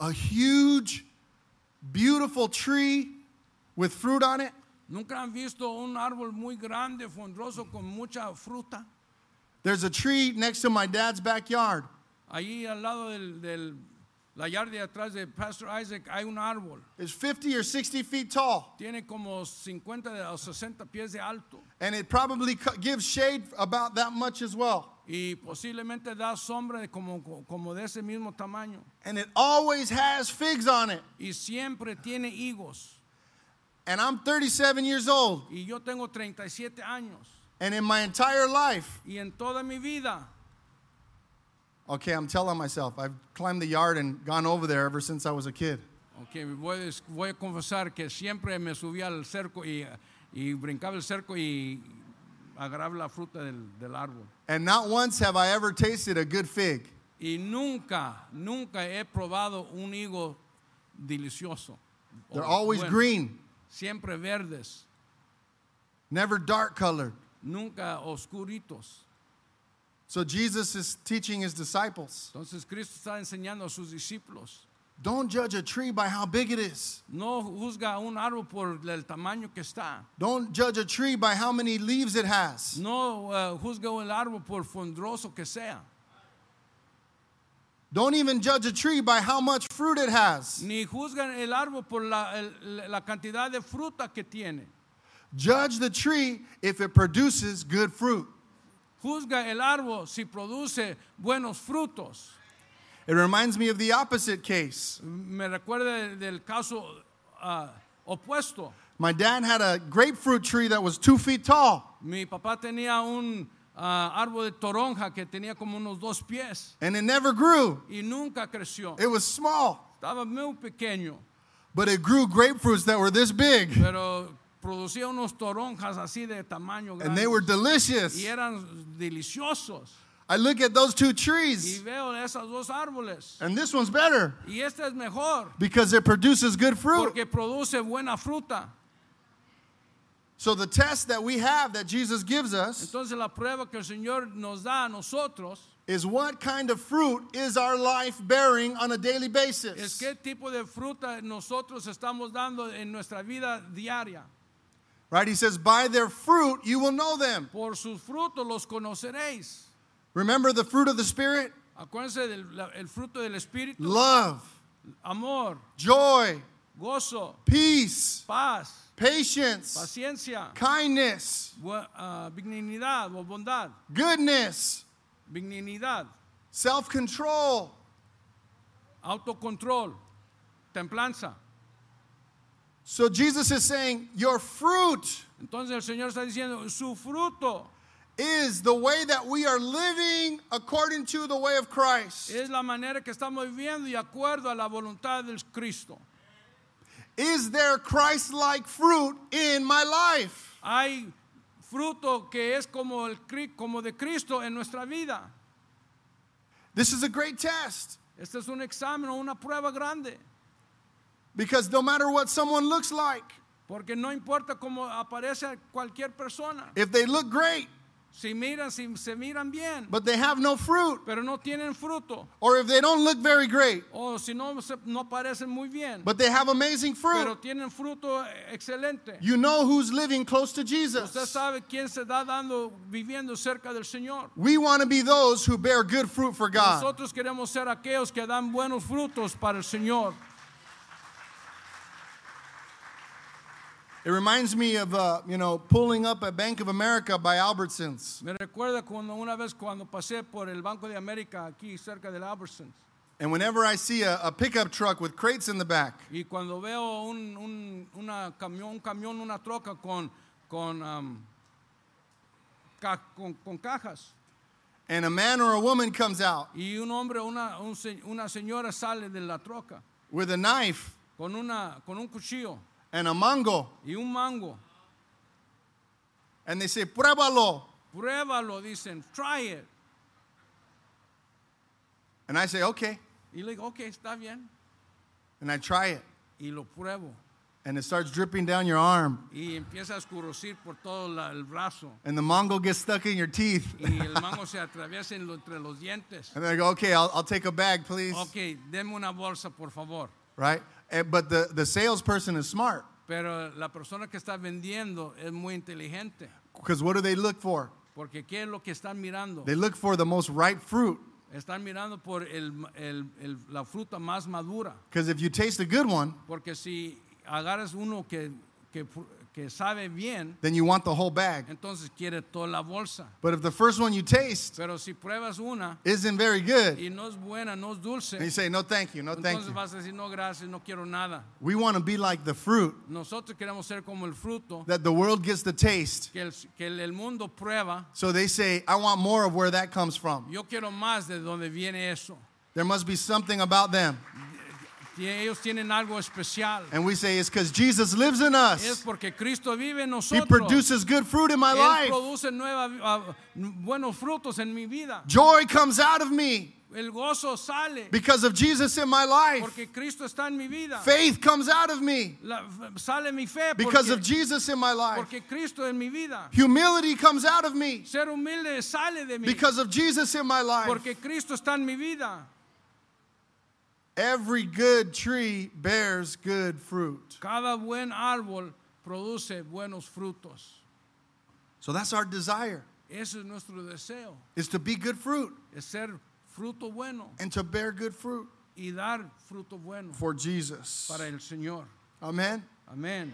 a huge, beautiful tree with fruit on it?
Nunca han visto un árbol muy grande, frondoso, con mucha fruta.
There's a tree next to my dad's backyard,
Allí al lado del, del- la yarda de atrás de Pastor Isaac hay un árbol.
it's 50 or 60 feet tall,
Tiene como 50 de- o 60 pies de alto
and it probably co- gives shade about that much as well.
y posiblemente da sombra de como, como de ese mismo tamaño.
And it always has figs on it.
y siempre tiene higos.
And I'm 37 years old,
Y yo tengo 37 años
and in my entire life,
y en toda mi vida,
okay, I'm telling myself, I've climbed the yard and gone over there ever since I was a kid.
ok, voy, a des- voy a confesar que siempre me subía al cerco y, y brincaba el cerco y agarraba la fruta del, del árbol.
And not once have I ever tasted a good fig.
Y nunca, nunca he probado un higo delicioso. o
They're always
bueno.
green,
Siempre verdes,
never dark colored.
nunca oscuritos.
So Jesus is teaching his disciples
Entonces Cristo está enseñando a sus discípulos.
don't judge a tree by how big it is,
No juzga a un árbol por el tamaño que está.
don't judge a tree by how many leaves it has.
No eh, juzga el árbol por fondroso que sea.
Don't even judge a tree by how much fruit it has.
Ni juzgan el árbol por la, el- la cantidad de fruta que tiene.
Judge the tree if it produces good fruit.
Juzga el árbol si produce buenos frutos.
It reminds me of the opposite case.
Me recuerda del caso ah, opuesto.
My dad had a grapefruit tree that was two feet tall,
Mi papá tenía un ah, árbol de toronja que tenía como unos dos pies
and it never grew.
y nunca creció.
It was small,
Estaba muy pequeño,
but it grew grapefruits that were this big,
pero producía unos toronjas así de tamaño
and they were
grande.
delicious.
Y eran deliciosos.
I look at those two
Y
trees,
veo esos dos árboles.
and this one's better
Y este es mejor
because it produces good fruit.
porque produce buena fruta.
So, the test that we have that Jesus gives us
Entonces la prueba que el Señor nos da a nosotros
is what kind of fruit is our life bearing on a daily
es
basis?
qué tipo de fruta nosotros estamos dando en nuestra vida diaria.
Right? He says, By their fruit you will know them.
Por sus frutos los conoceréis.
Remember the fruit of the Spirit?
Acuérdense del la- el fruto del Espíritu,
Love,
amor,
joy,
gozo,
peace,
paz,
patience,
paciencia,
kindness,
bu- ah, benignidad o bondad,
goodness,
benignidad,
self control.
autocontrol, templanza.
So Jesus is saying, Your fruit
Entonces el Señor está diciendo, su fruto
is the way that we are living according to the way of Christ,
es la manera que estamos viviendo y acuerdo a la voluntad del Cristo.
is there Christ like fruit in my life?
Hay fruto que es como, el, Cri- como de Cristo en nuestra vida.
This is a great test
Este es un examen o una prueba grande,
because no matter what someone looks like,
porque no importa cómo aparece cualquier persona.
if they look great
Si miran, si se miran bien,
but they have no fruit,
pero no tienen fruto,
or if they don't look very great
o si no, se- no parecen muy bien,
but they have amazing fruit,
pero tienen fruto eh, excelente.
you know who's living close to
Usted
Jesus.
sabe quién se está dando viviendo cerca del Señor.
We want to be those who bear good fruit for God.
Nosotros queremos ser aquellos que dan buenos frutos para el Señor.
It reminds me of, uh, you know, pulling up at Bank of America by Albertsons.
Me recuerda cuando una vez cuando pasé por el Banco de América aquí cerca del Albertsons
And whenever I see a, a pickup truck with crates in the back,
y cuando veo un, un- una camión, un camión, una troca con, con, um, ca- con, con cajas
and a man or a woman comes out
y un hombre, una, un se- una señora sale de la troca
with a knife
con, una, con un cuchillo
and a mango,
y un mango.
and they say, Pruébalo.
Pruébalo, dicen, try it.
And I say, Okay.
Y le digo, ok, está bien.
And I try it,
Y lo pruebo.
and it starts dripping down your arm,
Y empieza a escurrir por todo la- el brazo.
and the mango gets stuck in your teeth.
Y el mango se atraviesa en lo- entre los dientes.
And I go, Okay, I'll, I'll take a bag, please.
Ok, deme una bolsa, por favor.
Right? And- but the, the salesperson is smart
Pero la persona que está vendiendo es muy inteligente.
because what do they look for?
Porque ¿qué es lo que están mirando?
They look for the most ripe fruit.
Están mirando por el- el- el- la fruta más madura.
Because if you taste a good one,
Porque si agarras uno que, que, fu- que sabe bien,
then you want the whole bag.
entonces quiere toda la bolsa.
But if the first one you taste
Pero si pruebas una
isn't very good,
y no es buena, no es dulce,
and you say, no, thank you, no, thank
entonces
you.
vas a decir, no, gracias, no quiero nada.
We want to be like the fruit
Nosotros queremos ser como el fruto
that the world gets to taste.
que el, que el- el mundo prueba.
So they say, I want more of where that comes from.
Yo quiero más de donde viene eso.
There must be something about them.
Y ellos tienen algo especial.
And we say it's because Jesus lives in
Es
us.
porque Cristo vive en
He
nosotros.
produces good fruit in my
Él
life.
produce nueva, ah, buenos frutos en mi vida.
Joy comes out of me
El gozo sale
because of Jesus in my life.
porque Cristo está en mi vida.
Faith comes out of me
La- f- sale mi fe
because
porque,
of Jesus in my life.
porque Cristo en mi vida.
Humility comes out of me
Ser humilde sale de mí
because of Jesus in my life.
porque Cristo está en mi vida.
Every good tree bears good fruit.
Cada buen árbol produce buenos frutos.
So that's our desire
Ese es nuestro deseo,
is to be good fruit
es ser fruto bueno
and to bear good fruit
y dar fruto bueno
for Jesus.
para el Señor.
Amen.
Amén.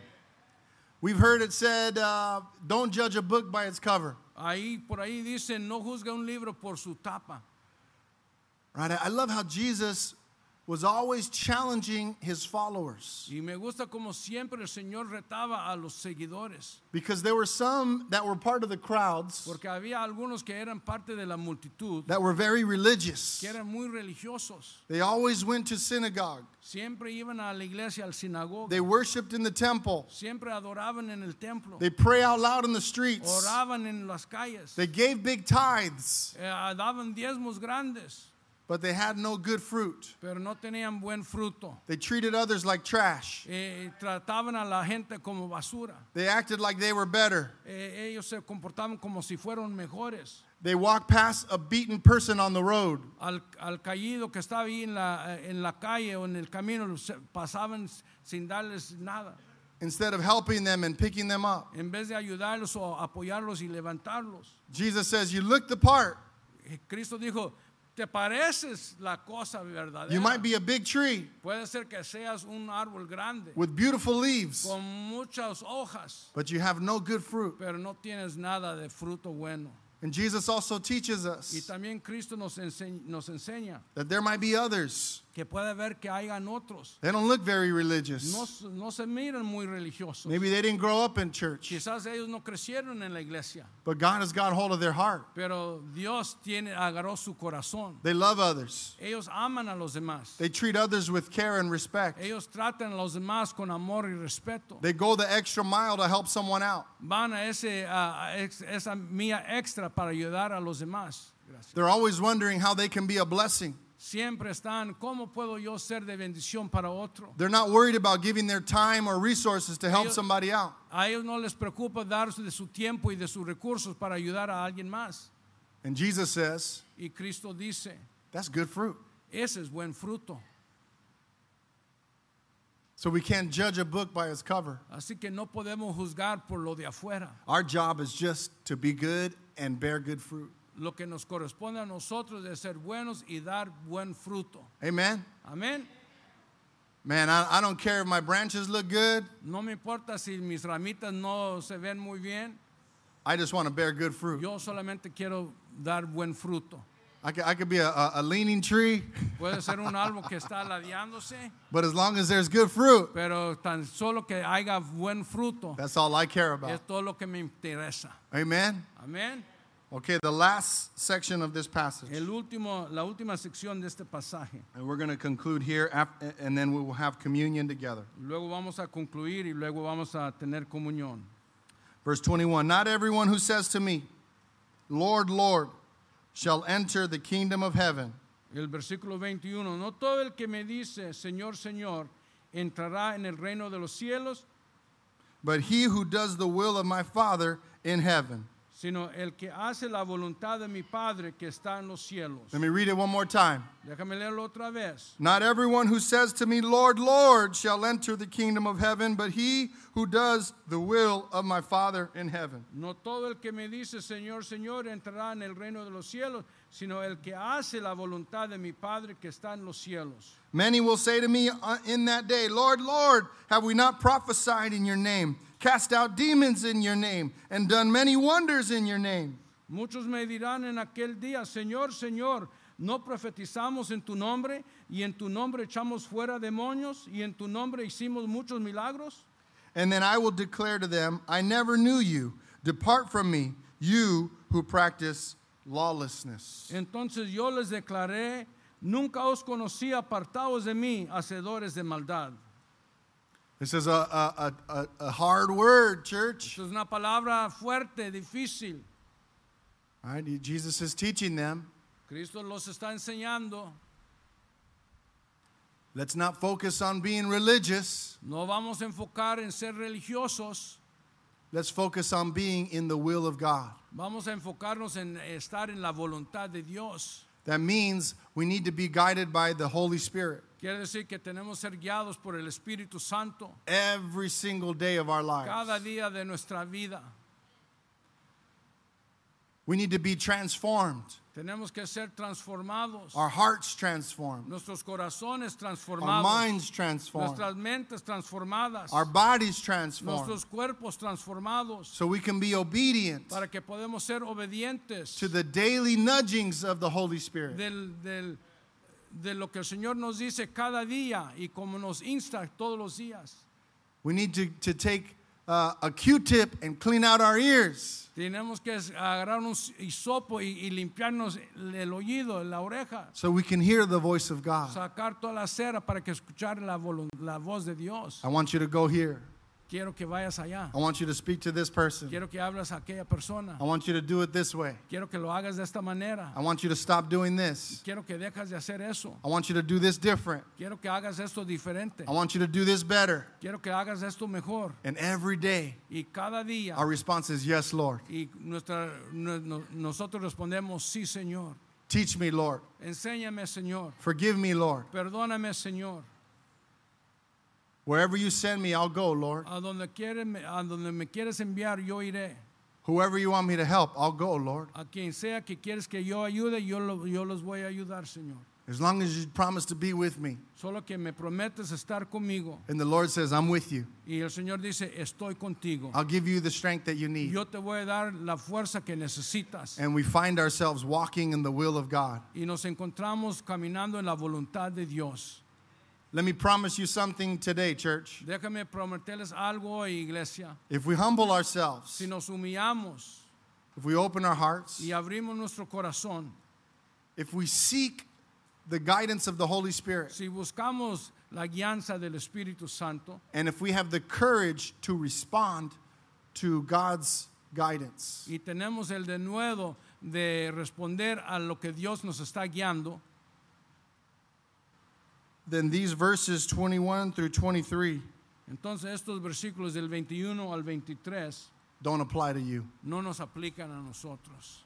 We've heard it said, uh, don't judge a book by its cover.
Ahí por ahí dice, no juzga un libro por su tapa.
Right? I love how Jesus was always challenging his followers
Y me gusta como siempre el Señor retaba a los seguidores,
because there were some that were part of the crowds
porque había algunos que eran parte de la multitud,
that were very religious.
que eran muy religiosos.
They always went to synagogue.
Siempre iban a la iglesia, al sinagoga,
They worshiped in the temple.
siempre adoraban en el templo,
They pray out loud in the streets.
oraban en las calles,
They gave big tithes,
eh, daban diezmos grandes,
but they had no good fruit.
pero no tenían buen fruto.
They treated others like trash.
Eh, trataban a la gente como basura.
They acted like they were better.
Eh, ellos se comportaban como si fueran mejores.
They walked past a beaten person on the road.
al, al caído que estaba ahí en la, eh, en la calle o en el camino, los se- pasaban s- sin darles nada.
Instead of helping them and picking them up,
En vez de ayudarlos o apoyarlos y levantarlos.
Jesus says, You look the part.
Eh, Cristo dijo, te pareces la cosa
You might
verdadera.
be a big tree
Puede ser que seas un árbol grande,
with beautiful leaves,
con muchas hojas,
but you have no good fruit.
pero no tienes nada de fruto bueno.
And Jesus also teaches
Y
us
también Cristo nos, ense- nos enseña
that there might be others.
que puede haber que hayan otros.
They don't look very
No,
religious.
s- no se miran muy religiosos.
Maybe they didn't grow up in church,
Quizás ellos no crecieron en la iglesia.
but God has got hold of their heart.
Pero Dios tiene, agarró su corazón.
They love others.
Ellos aman a los demás.
They treat others with care and respect.
Ellos tratan a los demás con amor y respeto.
They go the extra mile to help someone out.
Van a, ese, a- a ex- esa mía extra para ayudar a los demás. Gracias.
They're always wondering how they can be a blessing.
Siempre están, ¿cómo puedo yo ser de bendición para otro?
They're not worried about giving their time or resources to help
Ellos-
somebody out.
A ellos no les preocupa darse de su tiempo y de sus recursos para ayudar a alguien más.
And Jesus says,
Y Cristo dice,
that's good fruit.
ese es buen fruto.
So we can't judge a book by its cover.
Así que no podemos juzgar por lo de afuera.
Our job is just to be good and bear good fruit.
Lo que nos corresponde a nosotros es ser buenos y dar buen fruto.
Amen?
Amén.
Man, I, I don't care if my branches look good.
No me importa si mis ramitas no se ven muy bien.
I just want to bear good fruit.
Yo solamente quiero dar buen fruto.
I could, I could be a, a, a leaning tree,
Puede ser un árbol que está ladeándose,
but as long as there's good fruit,
pero tan solo que haya buen fruto
that's all I care about.
es todo lo que me interesa.
Amen?
Amén.
Okay, the last section of this passage.
El último, la última sección de este pasaje.
And we're going to conclude here, af- and then we will have communion together.
Luego vamos a concluir y luego vamos a tener comunión.
Verse 21 Not everyone who says to me, Lord, Lord, shall enter the kingdom of heaven,
El versículo 21, no todo el que me dice, Señor, Señor, entrará en el reino de los cielos,
but he who does the will of my Father in heaven.
sino el que hace la voluntad de mi Padre que está en los cielos.
Let me read it one more time.
Déjame leerlo otra vez.
Not everyone who says to me, Lord, Lord, shall enter the kingdom of heaven, but he who does the will of my Father in heaven.
No todo el que me dice Señor, Señor entrará en el reino de los cielos, sino el que hace la voluntad de mi Padre que está en los cielos.
Many will say to me uh, in that day, Lord, Lord, have we not prophesied in your name, cast out demons in your name, and done many wonders in your name?
Muchos me dirán en aquel día, Señor, Señor, no profetizamos en tu nombre y en tu nombre echamos fuera demonios y en tu nombre hicimos muchos milagros.
And then I will declare to them, I never knew you. Depart from me, you who practice lawlessness.
Entonces yo les declaré, Nunca os conocí apartados de mí, hacedores de maldad.
This is a, a, a, a, a hard word, church.
Esto es una palabra fuerte, difícil.
All right, Jesus is teaching them.
Cristo los está enseñando.
Let's not focus on being religious.
No vamos a enfocar en ser religiosos.
Let's focus on being in the will of God.
Vamos a enfocarnos en estar en la voluntad de Dios.
That means we need to be guided by the Holy Spirit
Quiere decir que tenemos que ser guiados por el Espíritu Santo
every single day of our
cada
lives.
día de nuestra vida.
We need to be transformed,
Tenemos que ser transformados,
our hearts transformed,
nuestros corazones
our
transformados,
minds transformed,
nuestras mentes transformadas,
our bodies transformed,
nuestros cuerpos transformados,
so we can be obedient
para que podamos ser obedientes
to the daily nudgings of the Holy Spirit.
del- del- de lo que el Señor nos dice cada día y como nos insta todos los días.
We need to, to take uh, a Q tip and clean out our ears.
Tenemos que es- agarrar un hisopo y, y limpiarnos el el oído, la oreja,
so we can hear the voice of God.
sacar toda la cera para que escuchar la, volu- la voz de Dios.
I want you to go here.
Quiero que vayas allá.
I want you to speak to this person.
Quiero que hables a aquella persona.
I want you to do it this way.
Quiero que lo hagas de esta manera.
I want you to stop doing this.
Quiero que dejas de hacer eso.
I want you to do this different.
Quiero que hagas esto diferente.
I want you to do this better.
Quiero que hagas esto mejor.
And every day,
Y cada día,
our response is, Yes, Lord.
y nuestra- no- no- nosotros respondemos, sí, Señor.
Teach me, Lord.
Enséñame, Señor.
Forgive me, Lord.
Perdóname, Señor.
Wherever you send me, I'll go, Lord.
A donde, quiere- a donde me quieres enviar, yo iré.
Whoever you want me to help, I'll go, Lord.
A quien sea que quieres que yo ayude, yo, lo- yo los voy a ayudar, Señor.
As long as you promise to be with me.
Solo que me prometes estar conmigo.
And the Lord says, I'm with you.
Y el Señor dice, estoy contigo.
I'll give you the strength that you need.
Yo te voy a dar la fuerza que necesitas.
And we find ourselves walking in the will of God.
Y nos encontramos caminando en la voluntad de Dios.
Let me promise you something today, church.
Déjame prometerles algo hoy, iglesia.
If we humble ourselves,
Si nos humillamos
if we open our hearts,
y abrimos nuestro corazón,
if we seek the guidance of the Holy Spirit,
si buscamos la guianza del Espíritu Santo
and if we have the courage to respond to God's guidance,
y tenemos el denuedo de responder a lo que Dios nos está guiando,
then these verses 21 through 23
entonces estos versículos del 21 al 23
don't apply to you.
no nos aplican a nosotros.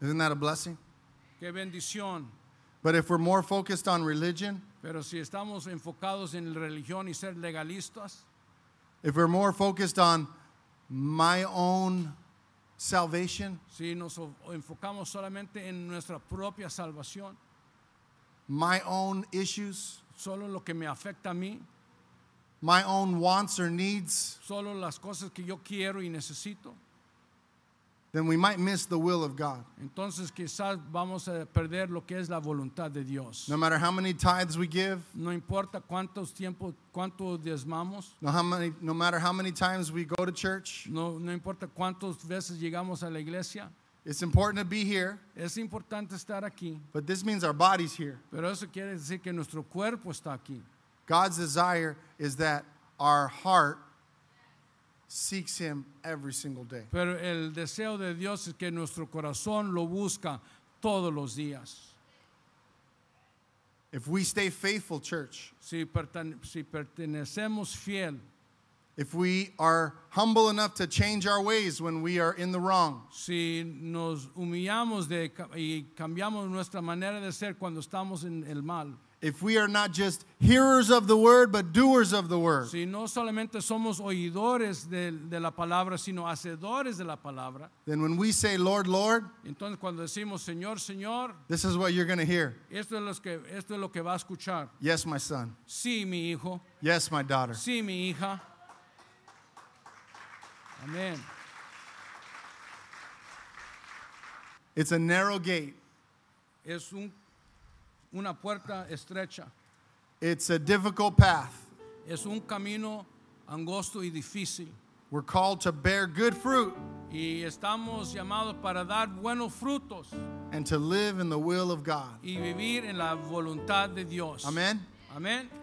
Isn't that a blessing?
Qué bendición.
But if we're more focused on religion,
Pero si estamos enfocados en la religión y ser legalistas,
if we're more focused on my own salvation,
si nos o- enfocamos solamente en nuestra propia salvación,
my own issues,
solo lo que me afecta a mí,
my own wants or needs,
solo las cosas que yo quiero y necesito,
then we might miss the will of God.
entonces quizás vamos a perder lo que es la voluntad de Dios.
No matter how many tithes we give,
No importa cuántos tiempos, cuánto diezmamos,
no, how many, no matter how many times we go to church,
no, no importa cuántas veces llegamos a la iglesia,
it's important to be here,
es importante estar aquí,
but this means our body's here.
pero eso quiere decir que nuestro cuerpo está aquí.
God's desire is that our heart seeks Him every single day.
Pero el deseo de Dios es que nuestro corazón lo busca todos los días.
If we stay faithful, church,
Si, pertene- si pertenecemos fiel,
if we are humble enough to change our ways when we are in the wrong,
si nos humillamos de ca- y cambiamos nuestra manera de ser cuando estamos en el mal,
if we are not just hearers of the word, but doers of the word,
si no solamente somos oidores de, de la palabra, sino hacedores de la palabra,
then when we say, Lord, Lord,
entonces cuando decimos Señor, Señor,
this is what you're going to hear.
esto es, los que, esto es lo que va a escuchar.
Yes, my son.
Sí, mi hijo,
Yes, my daughter.
sí, mi hija. Amén.
It's a narrow gate.
es un- una puerta estrecha,
It's a difficult path.
es un camino angosto y difícil.
We're called to bear good fruit.
Y estamos llamados para dar buenos frutos
and to live in the will of God.
y vivir en la voluntad de Dios.
Amen.
Amén.